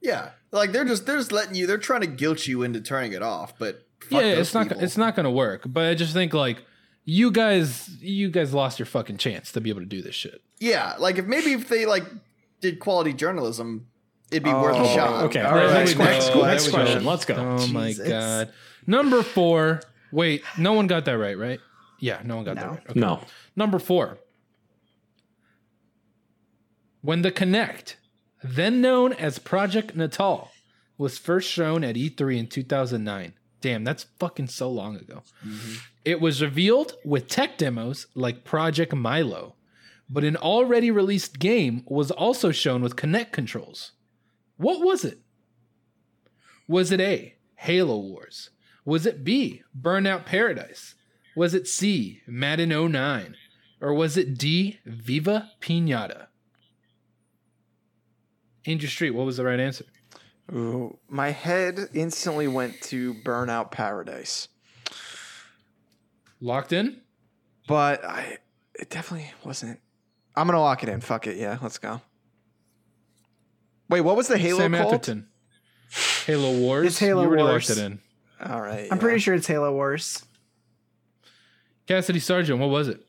Yeah, like they're just they're just letting you. They're trying to guilt you into turning it off, but Yeah, fuck yeah, those it's not people. it's not gonna work. But I just think like you guys you guys lost your fucking chance to be able to do this shit. Yeah, like if maybe if they like did quality journalism, it'd be worth a Oh, shot. okay. All right, next, here we next, go. next There we go. question. Let's go. Oh my Jesus. god. Number four. Wait, no one got that right, right? Yeah, no one got that No. right. Okay. No. Number four. When the Connect, then known as Project Natal, was first shown at E3 in 2009. Damn, that's fucking so long ago. It was revealed with tech demos like Project Milo, but an already released game was also shown with Connect controls. What was it? Was it A, Halo Wars? Was it B, Burnout Paradise? Was it C, Madden 09? Or was it D, Viva Pinata? Andrew Street, what was the right answer? Ooh, my head instantly went to Burnout Paradise, Locked in? but I it definitely wasn't. I'm gonna lock it in. Fuck it. Yeah, let's go. Wait, what was the Halo Sam called? Atherton. Halo Wars. It's Halo you already Wars. locked it in. All right. I'm pretty sure it's Halo Wars. Cassidy Sargent, what was it?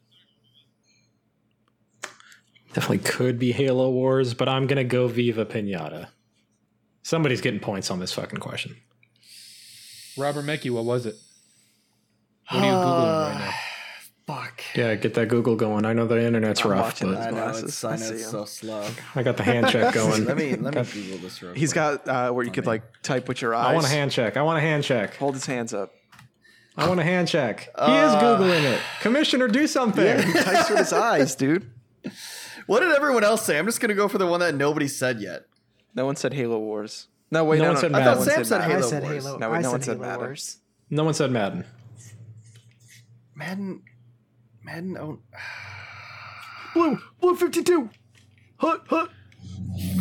Definitely could be Halo Wars, but I'm gonna go Viva Pinata. Somebody's getting points on this fucking question. Robert Mecki, what was it? What Ah. are you Googling right now? Fuck. Yeah, get that Google going. I know the internet's I'm rough, watching but I know Glasses. it's, I know I see it's 'em. so slow. I got the hand check going. let me let me Google this real. He's quick. got uh, where you could like type with your eyes. I want a hand check. I want a hand check. Hold his hands up. I want a hand check. He is Uh, googling it. Commissioner, do something. He types with his eyes, dude. What did everyone else say? I'm just gonna go for the one that nobody said yet. No one said Halo Wars. No, wait, No no, one no, said no one Madden. I thought Sam said Madden. I Halo said Wars. Halo. No, wait, I no one said said Halo Madden. Wars. No one said Madden. Madden, Madden. Oh, Blue, blue 52. Hut, hut.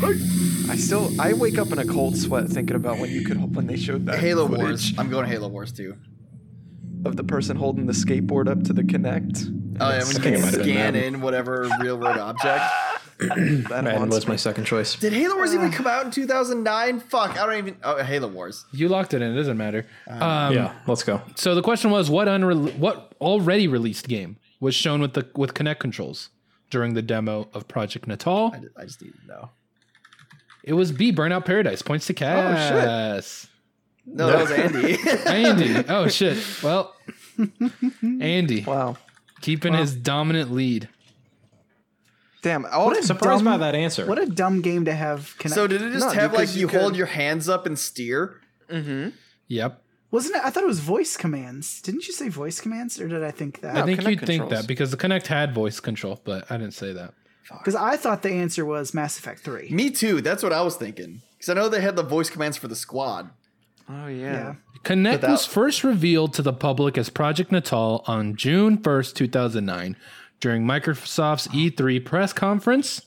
I still, I wake up in a cold sweat thinking about when you could, when they showed that Halo footage Wars. I'm going Halo Wars too. of the person holding the skateboard up to the connect. Oh yeah, when you It can might have been scan Madden. in whatever real world object. That Madden haunts was my me. second choice. Did Halo Wars even come out in 2009? Fuck, I don't even. Oh, Halo Wars. You locked it in. It doesn't matter. Um, yeah, let's go. So the question was, what unre- what already released game was shown with the with Kinect controls during the demo of Project Natal? I just, I just need to know. It was B Burnout Paradise. Points to Oh, Cass. No, that was Andy. Andy. Oh shit. Well, Andy Wow. keeping his dominant lead. Damn. All Surprised dumb- by that answer. What a dumb game to have. Connect- so did it just No, have like because you, you hold could- your hands up and steer? Yep. Wasn't it? I thought it was voice commands. Didn't you say voice commands, or did I think I that? think Kinect you'd think controls. that because the Kinect had voice control, but I didn't say that. Because I thought the answer was Mass Effect Three. Me too. That's what I was thinking. Because I know they had the voice commands for the squad. Oh yeah. Yeah. Connect Without- was first revealed to the public as Project Natal on June 1st, 2009, during Microsoft's E3 press conference.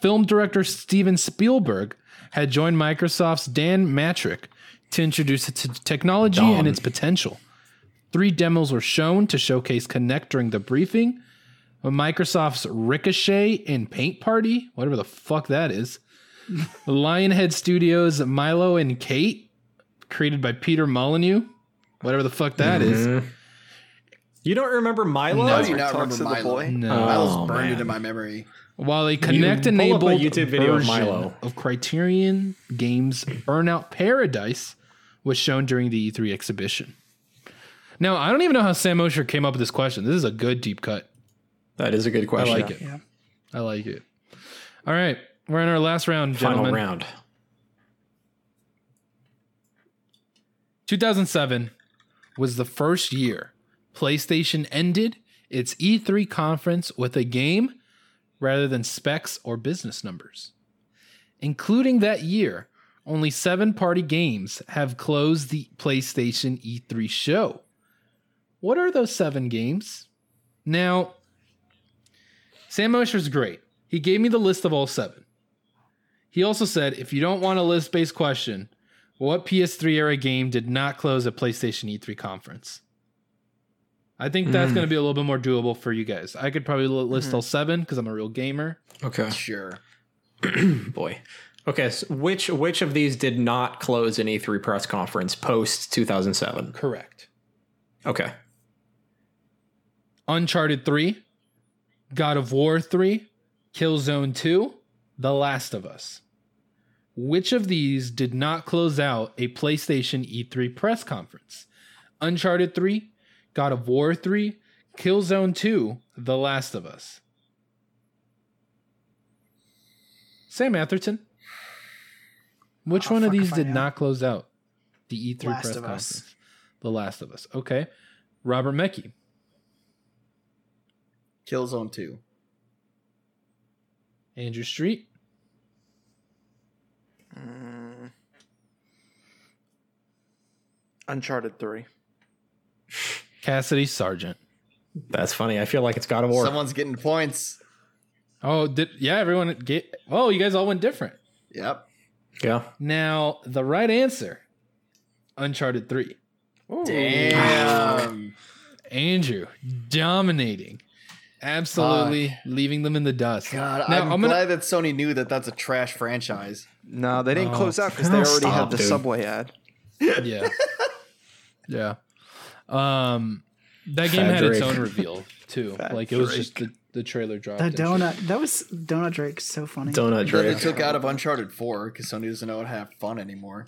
Film director Steven Spielberg had joined Microsoft's Dan Matrick to introduce it to technology Don. and its potential. Three demos were shown to showcase Connect during the briefing. Microsoft's Ricochet and Paint Party, whatever the fuck that is, Lionhead Studios Milo and Kate, created by Peter Molyneux, whatever the fuck that is. Mm-hmm. You don't remember Milo? How No. do you not Talks remember to the Milo? boy. No. Milo's Oh, burned man. into my memory. uh, While a Connect pull up a enabled YouTube video of version Milo. of Criterion Games Burnout Paradise was shown during the E3 exhibition. Now, I don't even know how Sam Osher came up with this question. This is a good deep cut. That is a good I question. like it. Yeah. I like it. All right. We're in our last round, Final gentlemen. round. 2007 was the first year PlayStation ended its E3 conference with a game rather than specs or business numbers. Including that year, only seven party games have closed the PlayStation E3 show. What are those seven games? Now, Sam Osher's great. He gave me the list of all seven. He also said if you don't want a list based question, what PS3 era game did not close a PlayStation E3 conference? I think that's going to be a little bit more doable for you guys. I could probably li- list all seven because I'm a real gamer. Okay. Sure. Boy. Okay. So which which of these did not close an E3 press conference post 2007? Correct. Okay. Uncharted 3, God of War 3, Killzone 2, The Last of Us. Which of these did not close out a PlayStation E3 press conference? Uncharted 3, God of War 3, Killzone 2, The Last of Us. Sam Atherton, which Oh, one of fuck if these I did know. not close out the E3 Last press of Us. conference? The Last of Us. Okay. Robert Mecki. Killzone 2. Andrew Street. Uncharted Three. Cassidy Sargent. That's funny. I feel like it's God of War. Someone's getting points. Oh, did yeah, everyone get Oh, you guys all went different. Yep. yeah. Now, the right answer. Uncharted 3. Damn. Andrew dominating. Absolutely leaving them in the dust. God, now, I'm, I'm gonna- glad that Sony knew that that's a trash franchise. No, they didn't Oh, close out because they oh, already had stop, the dude. Subway ad. Yeah. yeah. Um that game Fat had its Drake. own reveal too. Fat like it was just the, the trailer drop. The donut. That was donut Drake. So funny. Donut That they Drake. took out of Uncharted 4 because Sony doesn't know how to have fun anymore.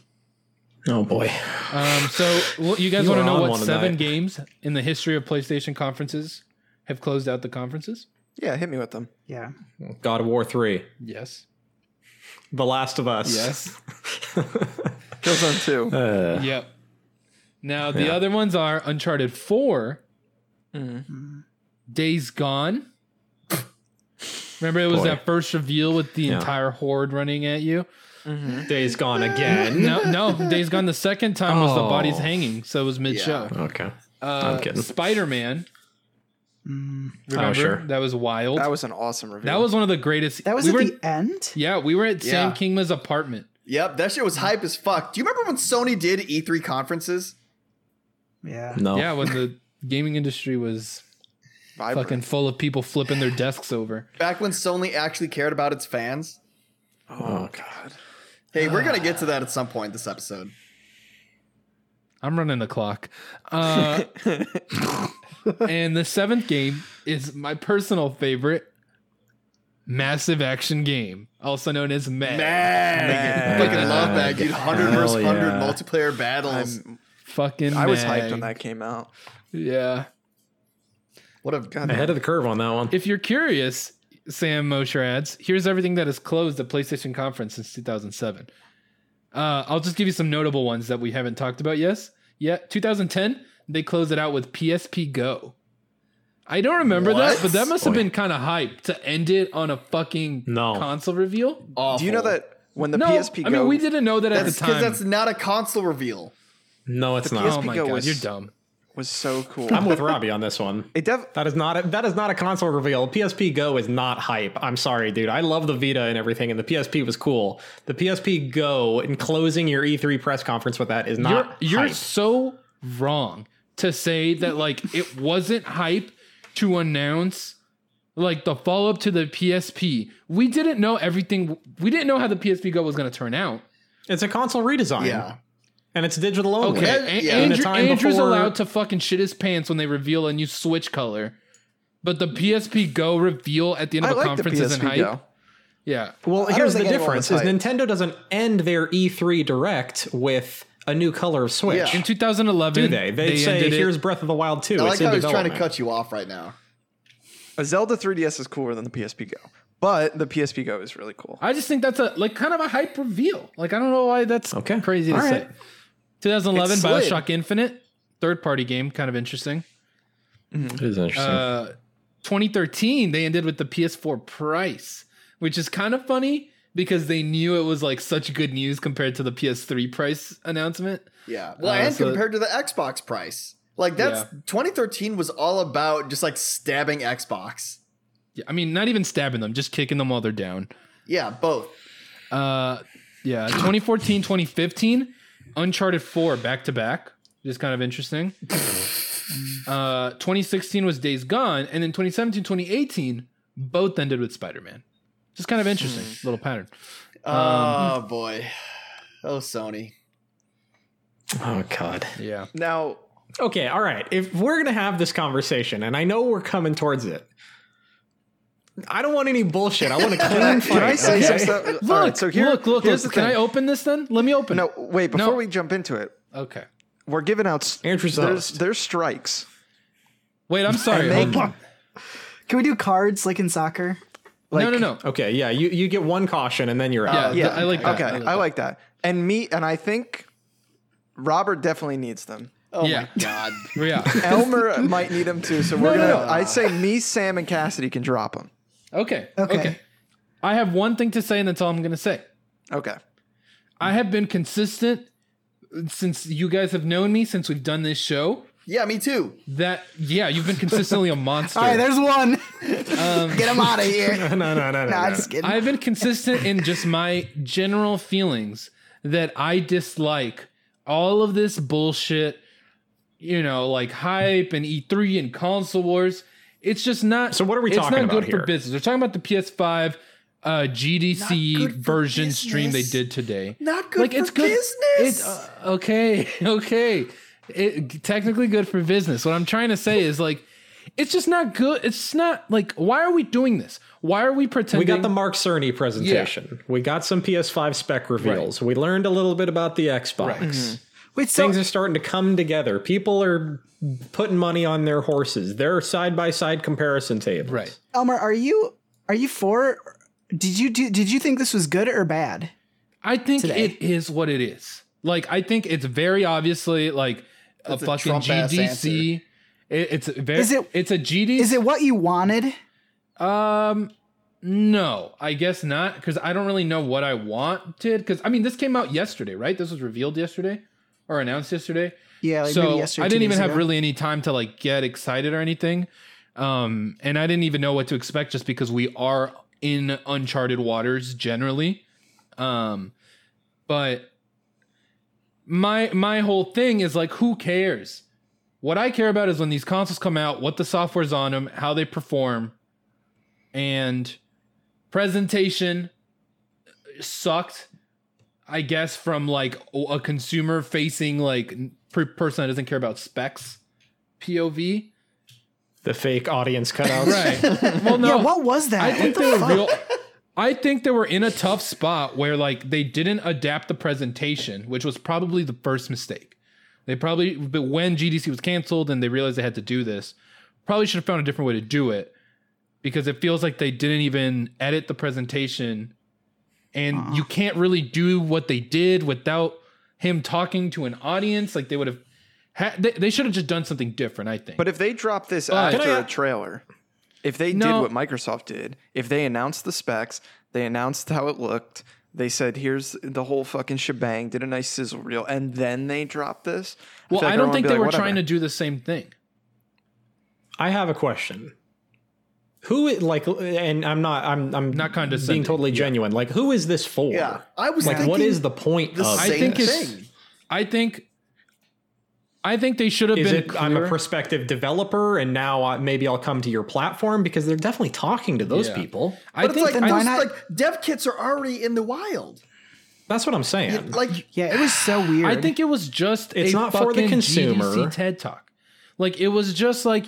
Oh boy. Um so well, you guys You want were to know on what one seven tonight. games in the history of PlayStation conferences have closed out the conferences? Yeah, hit me with them. Yeah. God of War 3. Yes. The Last of Us. Yes. Killzone Two. Uh, Yep. Now the other ones are Uncharted 4, Days Gone. Remember it was Boy. that first reveal with the Yeah. entire horde running at you? Days Gone again. No, no, Days Gone the second time was the Oh. bodies hanging, so it was mid show. Okay. Uh, I'm kidding. Oh, Spider Man. Mm. Remember? sure. That was wild. That was an awesome review. That was one of the greatest. That was we at were, the end. Yeah, we were at Sam Yeah. Kingma's apartment. Yep, that shit was hype as fuck. Do you remember when Sony did E3 conferences? Yeah. No. Yeah, when the gaming industry was Vibrant. fucking full of people flipping their desks over. Back when Sony actually cared about its fans? Oh god. Hey, we're going to get to that at some point this episode. I'm running the clock. Uh, and the seventh game is my personal favorite massive action game, also known as MAG. Mag. Fucking love Mag, dude. 100 versus Hell 100 yeah. multiplayer battles. I'm- Fucking I was MAG. hyped when that came out. Yeah. what a Ahead of the curve on that one. If you're curious, Sam Mosher adds, here's everything that has closed the PlayStation conference since 2007. Uh, I'll just give you some notable ones that we haven't talked about. Yes, yeah, 2010 they closed it out with PSP Go. I don't remember that, What? but that must have Boy. been kind of hype to end it on a fucking No. console reveal. awful. Do you know that when the no, PSP I Go, mean we didn't know that at That's the because time. that's not a console reveal. no, it's not. oh my Go god, was- you're dumb. was so cool. I'm with Robbie on this one. it def- That is not a, that is not a console reveal. PSP Go is not hype. I'm sorry, dude. I love the Vita and everything, and the PSP was cool. The PSP Go and closing your E3 press conference with that is not you're, you're hype. so wrong to say that like it wasn't hype to announce like the follow up to the PSP. We didn't know everything. We didn't know how the PSP Go was going to turn out. It's a console redesign. Yeah. And it's digital only. Okay, Yeah, An- yeah. Andrew- In a time Andrew's before- allowed to fucking shit his pants when they reveal a new Switch color, but the PSP Go reveal at the end I of a like the conference isn't PSP hype. Go. Yeah, Well, don't here's the think anyone difference: is was hyped. Nintendo doesn't end their E3 Direct with a new color of Switch. Yeah. in 2011, Do they? They, say ended it- here's Breath of the Wild 2. I it's like in how he's trying to development." cut you off right now. A Zelda 3DS is cooler than the PSP Go, but the PSP Go is really cool. I just think that's a like kind of a hype reveal. Like I don't know why that's Okay. crazy to All say. right. 2011 It's slid. BioShock Infinite, third party game, kind of interesting. It is interesting. Uh, 2013 they ended with the PS4 price, which is kind of funny because they knew it was like such good news compared to the PS3 price announcement. Yeah. Well, Uh, and so- compared to the Xbox price. Like that's 2013 was all about just like stabbing Xbox. Yeah, I mean, not even stabbing them, just kicking them while they're down. Yeah, both. Uh, yeah, 2014, 2015, Uncharted 4 back to back. Just kind of interesting. uh, 2016 was Days Gone, and then 2017, 2018, both ended with Spider Man. Just kind of interesting Hmm. little pattern. Um, Oh boy. Oh Sony. oh God. Yeah. Now, Okay. All right. If we're gonna have this conversation, and I know we're coming towards it, I don't want any bullshit. I want a clean fight. can I say okay? some stuff? All Look, right, so here, look, look, here's look. the Can I thing. open this then? Let me open. no, it. wait, before No. we jump into it, Okay. we're giving out s- Andrew's the there's host. there's strikes. Wait, I'm sorry. they Hold can- on. Can we do cards like in soccer? Like, uh, no, no, no. Okay. Yeah. You you get one caution, and then you're Yeah, out. th- I like that. Okay, I like, that. that. And me and I think Robert definitely needs them. Oh Yeah. my god. Yeah. Elmer might need them too. So we're No, no, gonna. no. I'd say me, Sam, and Cassidy can drop them. Okay. Okay. Okay. I have one thing to say, and that's all I'm going to say. Okay. I have been consistent since you guys have known me, since we've done this show. Yeah, me too. That yeah, you've been consistently a monster. All right, there's one. Um, Get him out of here. no, no, no, no. Nah, no. I'm just kidding. I've been consistent in just my general feelings that I dislike all of this bullshit, you know, like hype and E3 and console wars. It's just not. So what are we it's talking not about good here? for business. We're talking about the PS5 uh, GDC version stream they did today. Not good for business. It's uh, okay, okay. It, technically good for business. What I'm trying to say is like, it's just not good. It's not like why are we doing this? Why are we pretending? We got the Mark Cerny presentation. We got some PS5 spec reveals. We learned a little bit about the Xbox. Wait, so Things are starting to come together. People are putting money on their horses. There are side by side comparison tables. right. Elmer, are you are you for? Did you do? Did you think this was good or bad? I think today. it is what it is. Like I think it's very obviously like a a fucking Trump-ass GDC. It, it's very. Is it- It's a GDC. Is it what you wanted? Um, no, I guess not because I don't really know what I wanted. Because I mean, this came out yesterday, right? This was revealed yesterday or announced yesterday. Yeah, like maybe so yesterday. I two didn't even days have ago. really any time to like get excited or anything. Um, and I didn't even know what to expect just because we are in uncharted waters generally. Um, but my my whole thing is like, who cares? What I care about is when these consoles come out, what the software's on them, how they perform, and presentation sucked i guess from like o- a consumer facing like n- per- person that doesn't care about specs pov The fake audience cutouts. right well no Yeah, what was that? i What think the they were fuck? real i think they were in a tough spot where like they didn't adapt the presentation which was probably the first mistake they probably but when gdc was canceled and they realized they had to do this probably should have found a different way to do it because it feels like they didn't even edit the presentation and you can't really do what they did without him talking to an audience like they would have ha- they, they should have just done something different i think But if they drop this But- after Can I- a trailer, if they No. did what Microsoft did, if they announced the specs, they announced how it looked, they said here's the whole fucking shebang, did a nice sizzle reel, and then they dropped this. well feel like i don't everyone think would they be were like, trying to whatever. do the same thing I have a question. Who i- like and I'm not I'm I'm Not condescending, being totally genuine. Like who is this for? Yeah. I was Like thinking what is the point the of same I think thing. it's- I think I think they should have Is been. it I'm a clearer. prospective developer and now I, maybe I'll come to your platform because they're definitely talking to those Yeah. people. I But it's think like, I those, just- not- like dev kits are already in the wild. That's what I'm saying. Like Yeah, it was so weird. I think it was just It's a not for the fucking consumer. GDC TED Talk. Like it was just like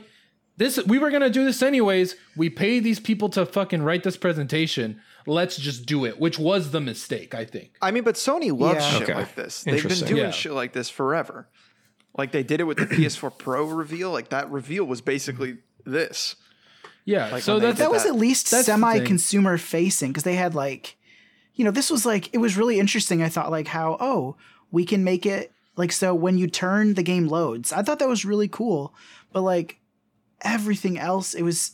this. We were gonna do this anyways. We paid these people to fucking write this presentation. Let's just do it, which was the mistake, I think. I mean, but Sony loves Yeah. shit Okay. like this. They've been Interesting. doing Yeah. shit like this forever. Like they did it with the PS4 Pro reveal. Like that reveal was basically this. Yeah. so when they that's did that was that- at least that's the thing. semi-consumer facing because they had like, you know, this was like it was really interesting. I thought like how oh we can make it like so when you turn the game loads. I thought that was really cool, but like everything else, it was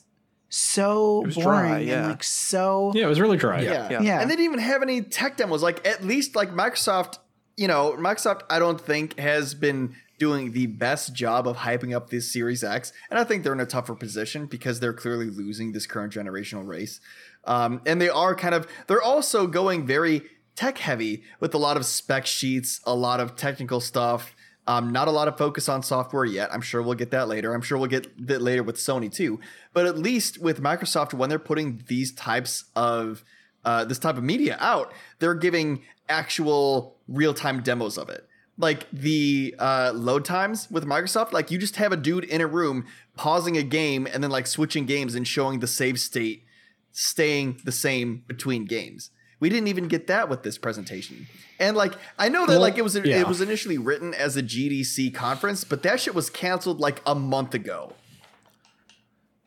so It was boring dry, yeah. and like so yeah, it was really dry. Yeah. yeah. Yeah. Yeah. And they didn't even have any tech demos. Like at least like Microsoft, you know, Microsoft I don't think has been doing the best job of hyping up this Series X. And I think they're in a tougher position because they're clearly losing this current generational race. Um, and they are kind of they're also going very tech heavy with a lot of spec sheets, a lot of technical stuff. Um, not a lot of focus on software yet. I'm sure we'll get that later. I'm sure we'll get that later with Sony too. But at least with Microsoft, when they're putting these types of uh, this type of media out, they're giving actual real time demos of it. Like the uh, load times with Microsoft, like you just have a dude in a room pausing a game and then like switching games and showing the save state staying the same between games. We didn't even get that with this presentation. And like I know that Well, like it was yeah. it was initially written as a GDC conference, but that shit was canceled like a month ago.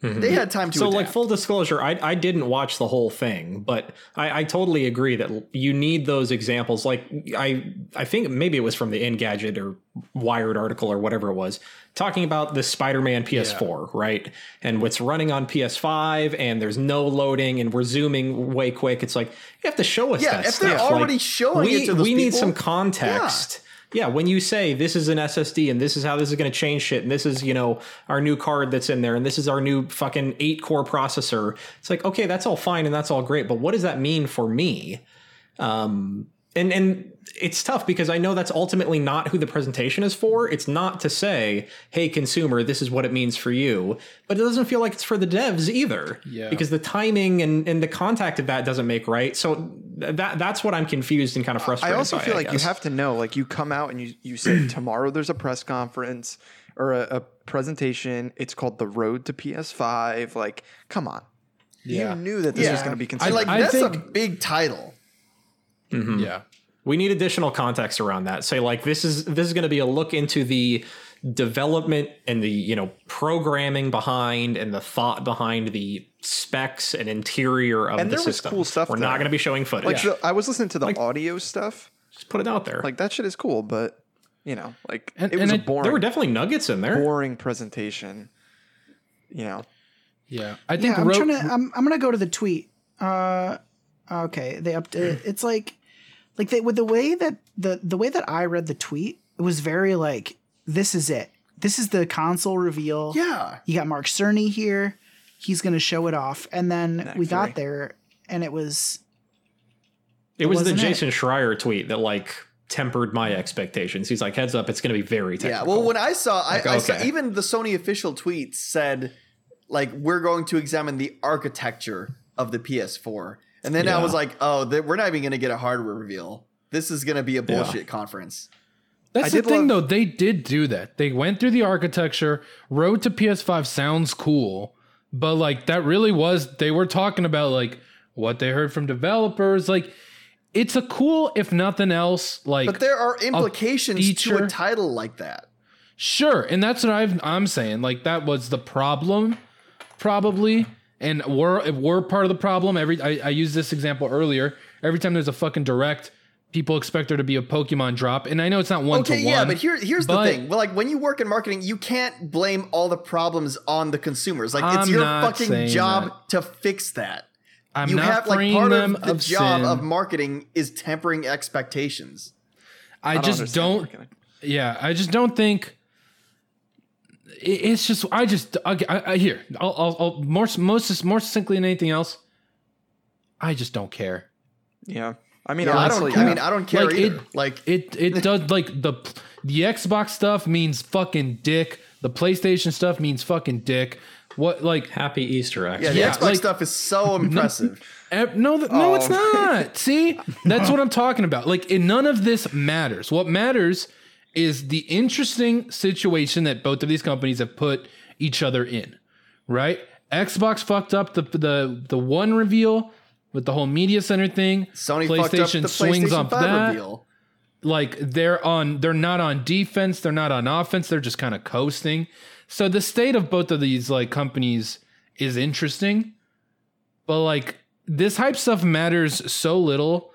They had time to So, adapt. like full disclosure, I, I didn't watch the whole thing, but I, I totally agree that l- you need those examples. Like I I think maybe it was from the Engadget or Wired article or whatever it was talking about the Spider-Man PS4, right? And what's running on PS5, and there's no loading, and we're zooming way quick. It's like you have to show us. Yeah, that if they're stuff. Like, already showing we, it to those we need people- some context. Yeah. when you say this is an SSD and this is how this is going to change shit and this is, you know, our new card that's in there and this is our new fucking 8 core processor. It's like, okay, that's all fine and that's all great, but what does that mean for me? Um and and it's tough because I know that's ultimately not who the presentation is for. It's not to say, "Hey consumer, this is what it means for you." But it doesn't feel like it's for the devs either. Yeah. Because the timing and, and the contact of that doesn't make right. So th- that that's what I'm confused and kind of I frustrated. also by, feel I like you guess. have to know, like you come out and you, you say tomorrow there's a press conference or a, a presentation. It's called the road to PS5. Like, come on. Yeah. You knew that this was Yeah. going to be I considered. like I that's a think- big title. Yeah. we need additional context around that say like this is this is going to be a look into the development and the you know programming behind and the thought behind the specs and interior of And the there was system cool stuff we're there. not going to be showing footage like the, I was listening to the audio stuff. just put it out there like Like that shit is cool, but you know, like And- it was and a I- boring, there were definitely nuggets in there boring presentation. You know, Yeah. I think yeah. I'm Ro- trying to. I'm, I'm gonna go to the tweet. Uh, okay. They up. It's like, like they with the way that the the way that I read the tweet, it was very like this is it. This is the console reveal. Yeah. you got Mark Cerny here. He's going to show it off. And then we got there and it was, it was the wasn't it? jason schreier tweet that like tempered my expectations he's like heads up it's going to be very Yeah. technical Well, when I saw, I, Like, I saw okay. even the Sony official tweet said, like, we're going to examine the architecture of the PS4. And then I Yeah. was like, oh, th- we're not even going to get a hardware reveal. This is going to be a bullshit conference. That's I the did love- thing, though. They did do that. They went through the architecture. Road to PS5 sounds cool, but like that really was. They were talking about like what they heard from developers. Like it's a cool, if nothing else, like But there are implications to feature- a title like that. Sure, and that's what I've, I'm saying. Like that was the problem, probably, and we're we're part of the problem. Every I, I used this example earlier. Every time there's a fucking direct, people expect there to be a Pokemon drop, and I know it's not one Okay, to yeah, one. but here, here's but- the thing. Well, like when you work in marketing, you can't blame all the problems on the consumers. Like it's I'm your not fucking saying job to fix that. I'm you not have like freeing part them of the job sin. of marketing is tempering expectations. I, don't just understand don't. marketing. Yeah, I just don't think. i- It's just I just I, I, I here I'll, I'll, I'll more most more succinctly than anything else. I just don't care. Yeah, I mean, Yeah, honestly, I don't. I mean, I don't care Like, either. it- like It it does like the the Xbox stuff means fucking dick. The PlayStation stuff means fucking dick. What like Happy Easter egg. yeah, the yeah, Xbox like- stuff is so impressive. Eh, No, th- no, Oh. it's not. See, that's what I'm talking about. Like, in none of this matters. What matters is the interesting situation that both of these companies have put each other in. Right? Xbox fucked up the the the one reveal with the whole media center thing. Sony fucked up the PlayStation off Five reveal. like they're on they're not on defense they're not on offense they're just kind of coasting so the state of both of these like companies is interesting but like this hype stuff matters so little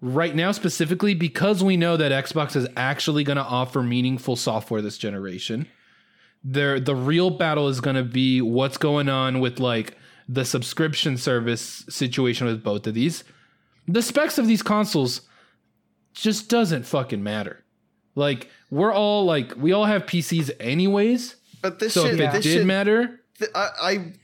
right now specifically because we know that xbox is actually going to offer meaningful software this generation there the real battle is going to be what's going on with like the subscription service situation with both of these the specs of these consoles just doesn't fucking matter. Like we're all like we all have PCs anyways. But this So shit, if it this did shit, matter, th- I,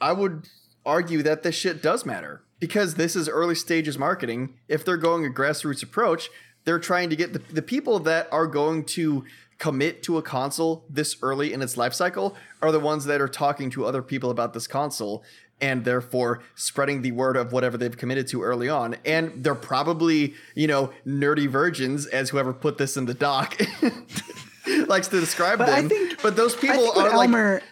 I I would argue that this shit does matter because this is early stages marketing. If they're going a grassroots approach, they're trying to get the, the people that are going to commit to a console this early in its life cycle are the ones that are talking to other people about this console and therefore spreading the word of whatever they've committed to early on and they're probably you know nerdy virgins as whoever put this in the doc likes to describe But I them think- but those I people think what are like Elmer.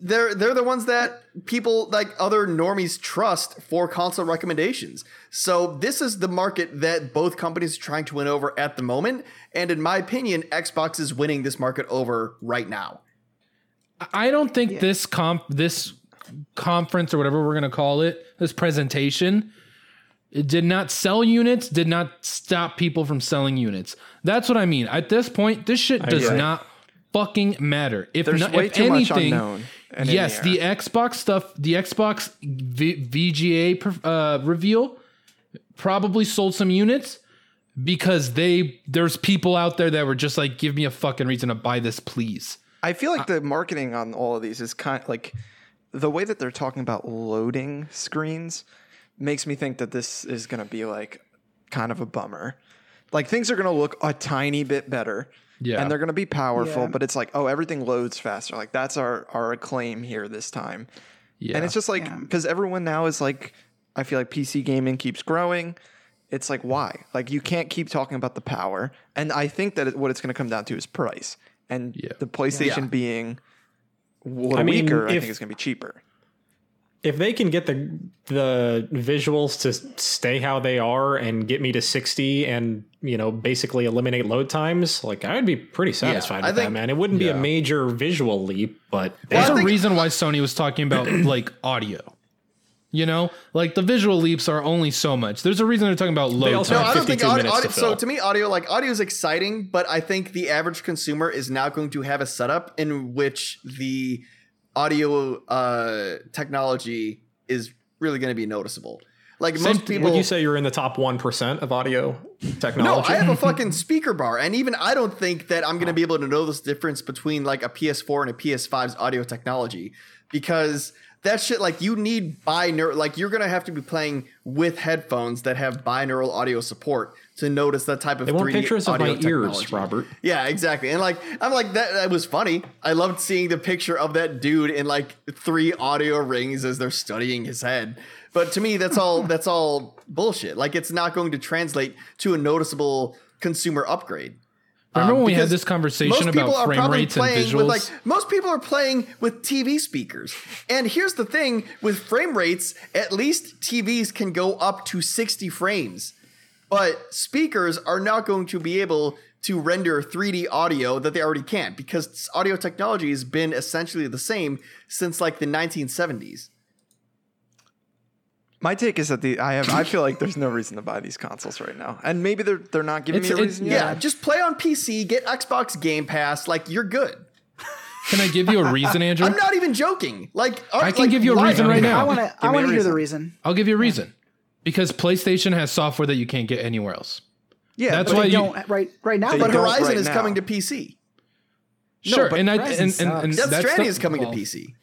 they're they're the ones that people like other normies trust for console recommendations. So this is the market that both companies are trying to win over at the moment, and in my opinion, Xbox is winning this market over right now. I don't think this comp this conference or whatever we're gonna call it, this presentation, it did not sell units, did not stop people from selling units. That's what I mean. At this point, this shit does agree. not fucking matter. If there's not, way if too anything, much unknown. and in yes, air. the Xbox stuff, the Xbox v- VGA per- uh, reveal probably sold some units because they there's people out there that were just like, give me a fucking reason to buy this, please. I feel like the marketing on all of these is kind like the way that they're talking about loading screens makes me think that this is going to be like kind of a bummer. Like things are going to look a tiny bit better. Yeah. And they're going to be powerful, Yeah. but it's like, oh, everything loads faster. Like that's our our claim here this time. Yeah, And it's just like Yeah. because everyone now is like, I feel like PC gaming keeps growing. It's like why? Like you can't keep talking about the power. And I think that it, what it's going to come down to is price. And Yeah. the PlayStation being a little I mean, weaker, I if- think it's going to be cheaper. if they can get the the visuals to stay how they are and get me to 60 and you know basically eliminate load times like i'd be pretty satisfied I with that think- man it wouldn't be Yeah. a major visual leap but there's I a think- reason why Sony was talking about like audio. You know, like the visual leaps are only so much. There's a reason they're talking about low also No, time. I don't think 52 audio, minutes audio, to so fill. to me audio like audio is exciting, but I think the average consumer is now going to have a setup in which the audio uh, technology is really going to be noticeable. Like most thing- people would you say you're in the top 1% of audio No, technology I have a fucking speaker bar, and even I don't think that I'm gonna be able to know this difference between like a PS4 and a PS5's audio technology because that shit like you need binaural like you're gonna have to be playing with headphones that have binaural audio support to notice that type of they want 3D pictures of audio my technology. ears robert Yeah, exactly. And like I'm like that that was funny. I loved seeing the picture of that dude in like three audio rings as they're studying his head. But to me that's all that's all bullshit. Like it's not going to translate to a noticeable consumer upgrade. Remember when we had because this conversation about frame rates and visuals? with like most people are playing with TV speakers. And here's the thing with frame rates, at least TVs can go up to 60 frames. But speakers are not going to be able to render 3D audio that they already can't because audio technology has been essentially the same since like the 1970s. My take is that the I have I feel like there's no reason to buy these consoles right now, and maybe they're they're not giving It's- me a it's- reason. yet. Yeah, just play on PC, get Xbox Game Pass, like you're good. Can I give you a reason, Andrew? I'm not even joking. Like I can give you a reason right now. I want to. I me want a to hear the reason. I'll give you a reason. Because PlayStation has software that you can't get anywhere else. yeah, That's but- why you Don't right right now. They But But don't Horizon right is now. coming to PC. sure, but and I and, Horizon and, and, sucks. Death that's Stranding the- is coming well, to PC.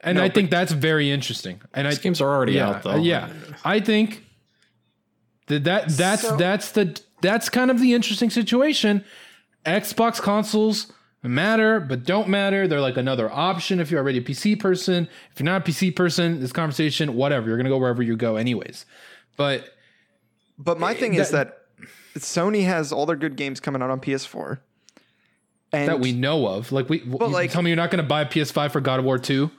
and I think that's very interesting. And I uh, these games are already yeah, out though uh, yeah, I think Th- That that's So- that's the that's kind of the interesting situation. Xbox consoles matter but don't matter. They're like another option if you're already a PC person. If you're not a PC person, this conversation, whatever, you're gonna go wherever you go anyways. But But my thing is that Sony has all their good games coming out on PS4. And that we know of, like we you like- tell me you're not gonna buy a PS5 for God of War 2.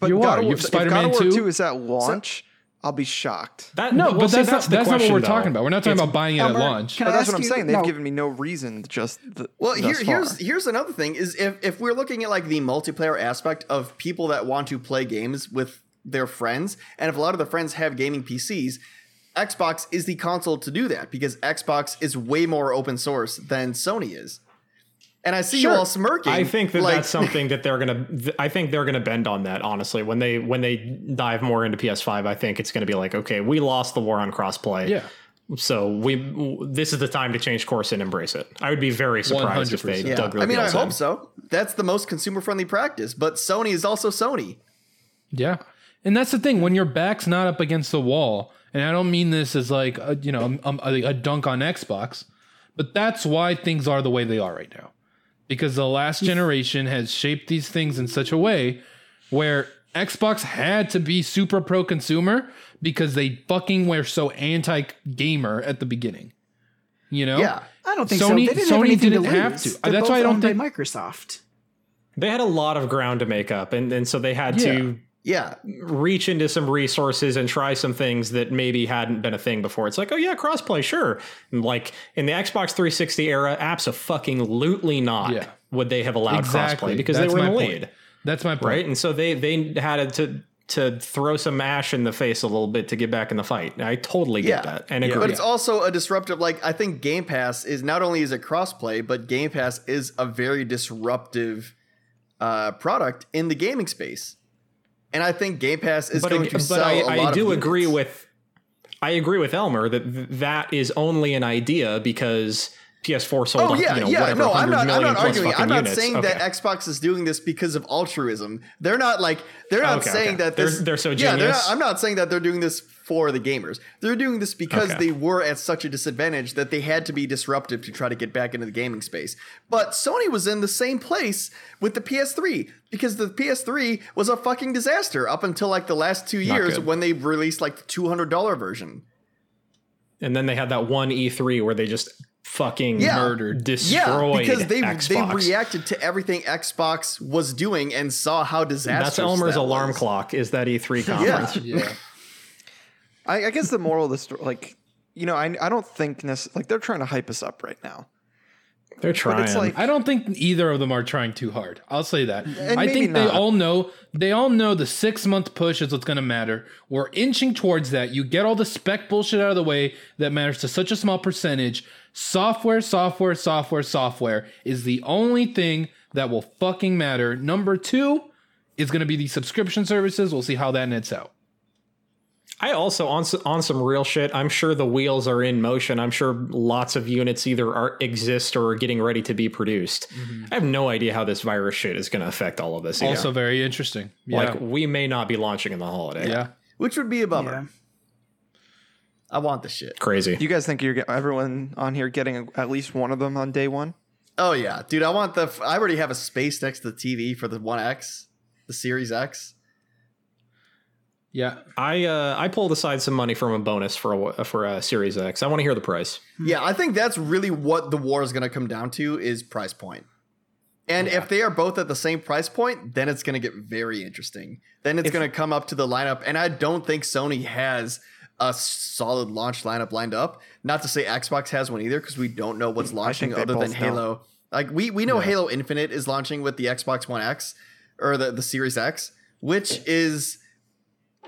but you God of are. War- You have if God Spider-Man of War 2. 2 is at launch, I'll be shocked. That, No, well, but see, that's, not the that's not what question, we're though. talking about. We're not talking It's- about buying it at Elmer, launch. can I But that's ask what I'm you- saying. They've no. given me no reason. Just the, Well, thus here, here's far. here's another thing: is if if we're looking at like the multiplayer aspect of people that want to play games with their friends, and if a lot of the friends have gaming PCs, Xbox is the console to do that because Xbox is way more open source than Sony is. And I see you all smirking. I think that like, that's something that they're gonna. th- I think they're gonna bend on that. Honestly, when they when they dive more into PS5, I think it's gonna be like, okay, we lost the war on crossplay. yeah. So we w- this is the time to change course and embrace it. I would be very surprised if they 100%. Yeah. dug their I mean, I heels in. hope so. That's the most consumer friendly practice, but Sony is also Sony. Yeah. And that's the thing when your back's not up against the wall, and I don't mean this as like a, you know a, a, a dunk on Xbox, but that's why things are the way they are right now, because the last generation has shaped these things in such a way where Xbox had to be super pro consumer because they fucking were so anti gamer at the beginning. You know? Yeah. I don't think so. Sony- They didn't Sony have anything didn't to have lose. to. They're That's why I both don't owned think- by Microsoft. They had a lot of ground to make up, and and so they had to Yeah. reach into some resources and try some things that maybe hadn't been a thing before. It's like, oh yeah, crossplay, sure. And like in the Xbox 360 era, apps a fucking lutely not Yeah. would they have allowed Exactly. crossplay because That's they were my in the point. lead, That's my point. right? And so they they had to to throw some ash in the face a little bit to get back in the fight. I totally get Yeah. that and agree. But it's also a disruptive. Like I think Game Pass is not only is it crossplay, but Game Pass is a very disruptive uh, product in the gaming space. And I think Game Pass is but going ag- to but sell I, a I lot of do units. agree with I agree with Elmer that th- that is only an idea because PS4 sold Oh yeah, you know, yeah. whatever No, 100 I'm not. I'm million not plus arguing. fucking I'm not units. saying Okay. that Xbox is doing this because of altruism. They're not like. They're not Okay, saying okay. that They're- this, they're so Yeah, they're not, genius. I'm not saying that they're doing this for the gamers. They're doing this because Okay. they were at such a disadvantage that they had to be disruptive to try to get back into the gaming space. But Sony was in the same place with the PS3 because the PS3 was a fucking disaster up until like the last two Not years good. when they released like the two hundred dollar version. And then they had that one E3 where they just fucking Yeah. murdered, yeah, destroyed because they Xbox. they reacted to everything Xbox was doing and saw how disastrous. That's Elmer's that alarm was. clock. Is that E3 Yeah, conference? Yeah. I, I guess the moral of the story, like, you know, I, I don't think necess- like they're trying to hype us up right now. They're trying. But it's like, I don't think either of them are trying too hard. I'll say that. Eh, I maybe think they not. all know they all know the six month push is what's gonna matter. We're inching towards that. You get all the spec bullshit out of the way that matters to such a small percentage. Software, software, software, software is the only thing that will fucking matter. Number two is gonna be the subscription services. We'll see how that nets out. I also on s- on some real shit. I'm sure the wheels are in motion. I'm sure lots of units either are exist or are getting ready to be produced. Mm-hmm. I have no idea how this virus shit is going to affect all of this. either. Also very interesting. Yeah. like we may not be launching in the holiday. yeah. which would be a bummer. Yeah. I want the shit. crazy. you guys think you're get- everyone on here getting a, at least one of them on day one? Oh yeah, dude, I want the. f- I already have a space next to the TV for the One X, the Series X. Yeah. I uh, I pulled aside some money from a bonus for a, for a Series X. I want to hear the price. Yeah, I think that's really what the war is going to come down to is price point. And if they are both at the same price point, then it's going to get very interesting. Then it's going to come up to the lineup, and I don't think Sony has a solid launch lineup lined up. Not to say Xbox has one either, because we don't know what's launching they other than both don't. Halo. Like we we know Halo Infinite is launching with the Xbox One X or the the Series X, which is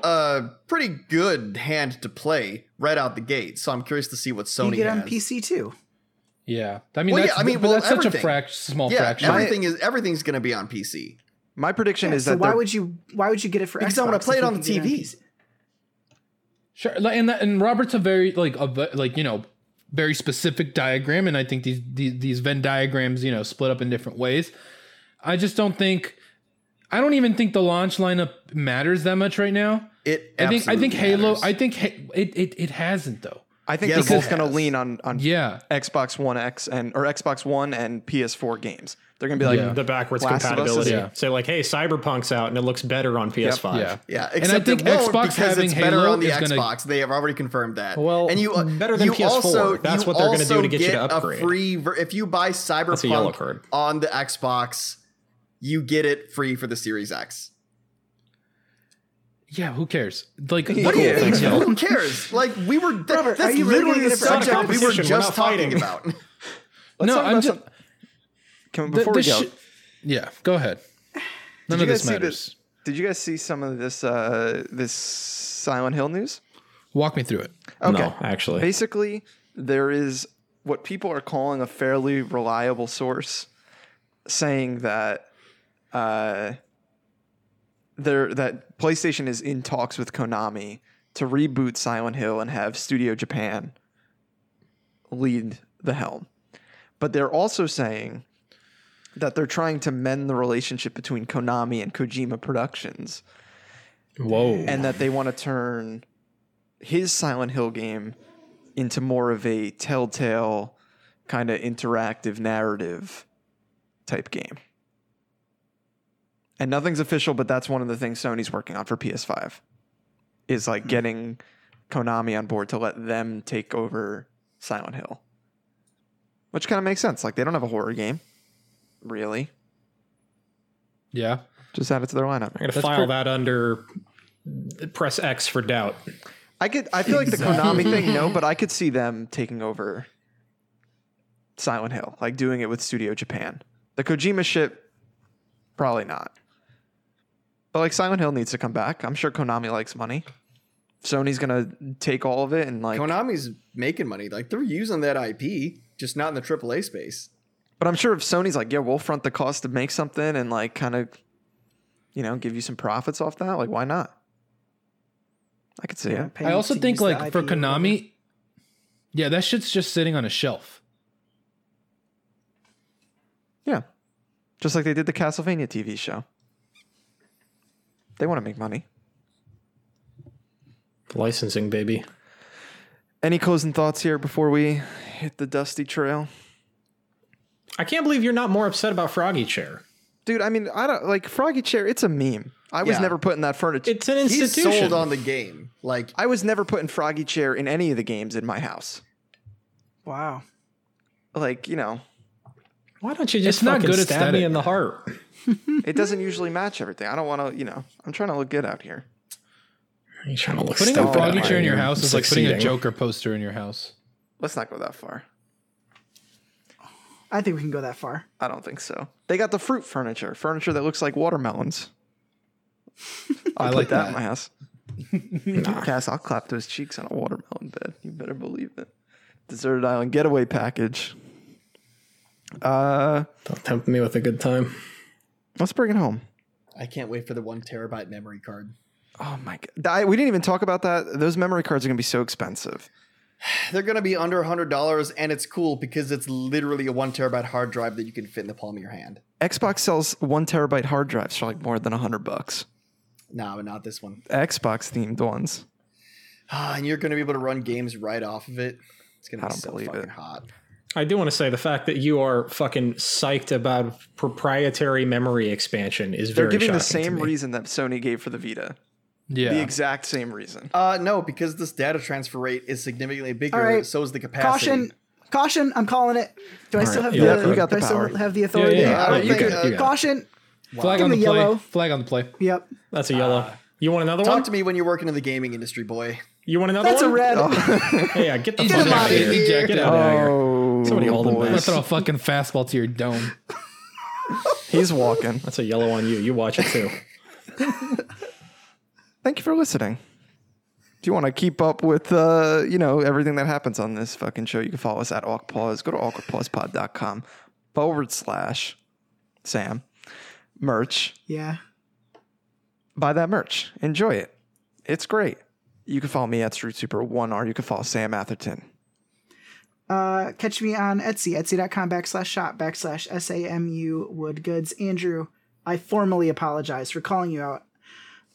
a pretty good hand to play right out the gate. So I'm curious to see what Sony You get has. on PC too. Yeah. I mean Well, yeah, that's I mean, but well, that's such a everything. frac- small Yeah, fraction. everything is everything's going to be on PC. My prediction Yeah, is so that why they're- would you? Why would you get it for Because Xbox? I wanna play if it you on could the get TV. PC? Sure, like, and that, and Robert's a very like a ve- like you know very specific diagram, and I think these, these these Venn diagrams you know split up in different ways. I just don't think, I don't even think the launch lineup matters that much right now. It I think I think absolutely Halo. matters. I think Ha- it, it it hasn't though. I think Yes, they're both it going to has. lean on on Yeah. Xbox One X and or Xbox One and PS4 games. They're going to be like, Yeah. the backwards Last of Us is- compatibility. Yeah. Say like, hey, Cyberpunk's out and it looks better on PS5. Yeah. Yeah, and I except think it won't Xbox because having it's better Halo on the is going to Xbox. They have already confirmed that. Well, mm, and you uh, better than you PS4. Also, That's you what they're gonna do also to get you to a upgrade. free ver- if you buy a yellow Cyberpunk card. on the Xbox, you get it free for the Series X. Yeah, who cares? Like, Yeah. cool Yeah. things, yo. Who cares? Like we were that, Robert, are that's you really literally gonna the get it for Xbox? subject we were Competition, we're just not talking fighting. about. let's No, talk I'm about ju- some- Can, The- before the we go, shi- yeah, go ahead. None you of this guys see the- matters. did you guys see some of this uh, this Silent Hill news? Walk me through it. No, actually. Basically, there is what people are calling a fairly reliable source saying that uh, there that PlayStation is in talks with Konami to reboot Silent Hill and have Studio Japan lead the helm. But they're also saying that they're trying to mend the relationship between Konami and Kojima Productions Whoa. and that they want to turn his Silent Hill game into more of a telltale kind of interactive narrative type game. And nothing's official, but that's one of the things Sony's working on for PS5 is like getting Konami on board to let them take over Silent Hill. Which kind of makes sense. Like they don't have a horror game, really. Yeah. Just add it to their lineup. I'm gonna file that under press X for doubt. I could. I feel like the Konami thing, no, but I could see them taking over Silent Hill, like doing it with Studio Japan. The Kojima shit, probably not. But like Silent Hill needs to come back. I'm sure Konami likes money. Sony's gonna take all of it and like. Konami's making money. Like they're using that IP, just not in the AAA space. But I'm sure if Sony's like, yeah, we'll front the cost to make something and like kind of, you know, give you some profits off that. Like, why not? I could see it. Pay I also to think use the like for IP or whatever. Konami, yeah, that shit's just sitting on a shelf. Yeah. Just like they did the Castlevania TV show. They want to make money. Licensing, baby. Any closing thoughts here before we hit the dusty trail? I can't believe you're not more upset about Froggy Chair. Dude, I mean, I don't like Froggy Chair, it's a meme. I was Yeah. never putting that furniture. It's an He's institution. sold on the game. Like I was never putting Froggy Chair in any of the games in my house. Wow. Like, you know, Why don't you just It's not fucking good stab aesthetic. me in the heart? it doesn't usually match everything. I don't want to, you know, I'm trying to look good out here. You're trying to look Putting stupid a at froggy my chair in your house is like putting a succeeding. Joker poster in your house. Let's not go that far. I think we can go that far. I don't think so. They got the fruit furniture, furniture that looks like watermelons. I'll I put like that, in that. my house. Cass, I'll clap those cheeks on a watermelon bed. You better believe it. Deserted Island getaway package. Uh, Don't tempt me with a good time. let's bring it home. I can't wait for the one terabyte memory card. Oh my god, I, we didn't even talk about that. Those memory cards are gonna be so expensive. They're gonna be under hundred dollars, and it's cool because it's literally a one terabyte hard drive that you can fit in the palm of your hand. Xbox sells one terabyte hard drives for like more than hundred bucks. No, but not this one. Xbox themed ones. Ah, and you're gonna be able to run games right off of it. It's gonna I be don't so believe fucking it. hot. I do want to say the fact that you are fucking psyched about proprietary memory expansion is They're very giving the shocking to same me. reason that Sony gave for the Vita. Yeah. The exact same reason. Uh, no, because this data transfer rate is significantly bigger. All right. So is the capacity. Caution. Caution. I'm calling it. Do I still have yeah, the? you got the do I power. still have the Yeah, authority? Oh, yeah, yeah. I don't you think, got it, uh, you got it. Caution. Flag Give on the, me play. yellow. Flag on the play. Yep. That's a yellow. you want another one? Talk to me when you're working in the gaming industry, boy. You want another That's a one? red. Hey, yeah, get the Get fuck him out out of of here. here. Get out of here. Oh, Somebody hold him boys. I'm back. gonna throw a fucking fastball to your dome. He's walking. That's a yellow on you. You watch it too. Thank you for listening. If you want to keep up with, uh, you know, everything that happens on this fucking show, you can follow us at AwkPause. Go to awkwardpausepod.com forward slash Sam merch. yeah. Buy that merch. Enjoy it. It's great. You can follow me at Street Super One R. You can follow Sam Atherton. Uh, catch me on Etsy, etsy.com backslash shop backslash SAMU Wood Goods. Andrew, I formally apologize for calling you out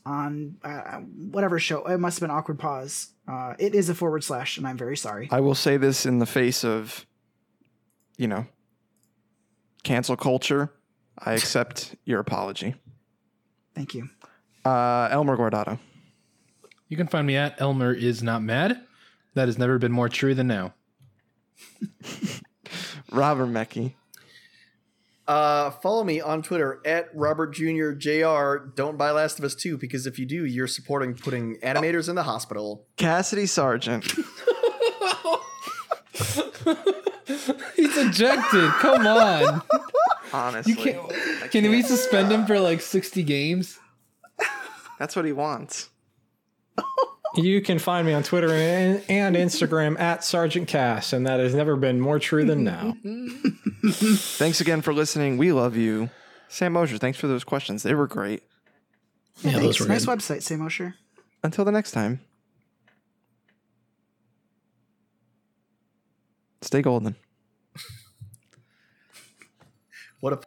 on uh, whatever show. It must have been Awkward Pause. Uh, it is a forward slash, and I'm very sorry. I will say this in the face of, you know, cancel culture. I accept your apology. Thank you. Uh, Elmer Guardado. You can find me at Elmer is not mad. That has never been more true than now. Robert Mecki. Uh, follow me on Twitter at Robert Jr. Jr. Don't buy Last of Us 2 because if you do, you're supporting putting animators in the hospital. Cassidy Sargent. He's ejected. Come on. Honestly. Can we suspend him for like 60 games? That's what he wants. You can find me on Twitter and, and Instagram at Sergeant Cass, and that has never been more true than now. Thanks again for listening. We love you. Sam Mosher, thanks for those questions. They were great. Yeah, Thanks. Nice website, Sam Osher. Until the next time, stay golden. What a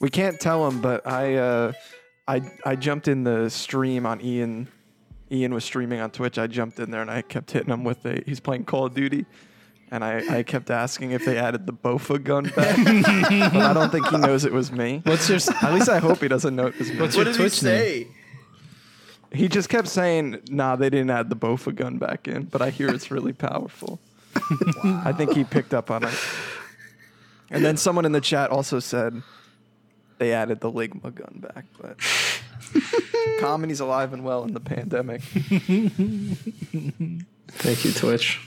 We can't tell him, but I, uh, I, I jumped in the stream on Ian. Ian was streaming on Twitch. I jumped in there and I kept hitting him with a. He's playing Call of Duty, and I, I kept asking if they added the Bofa gun back. but I don't think he knows it was me. What's your At least I hope he doesn't know it was me. What's What your did he Twitch name? say? He just kept saying, "Nah, they didn't add the Bofa gun back in," but I hear it's really powerful. I think he picked up on it. And then someone in the chat also said they added the Ligma gun back, but comedy's alive and well in the pandemic. Thank you, Twitch.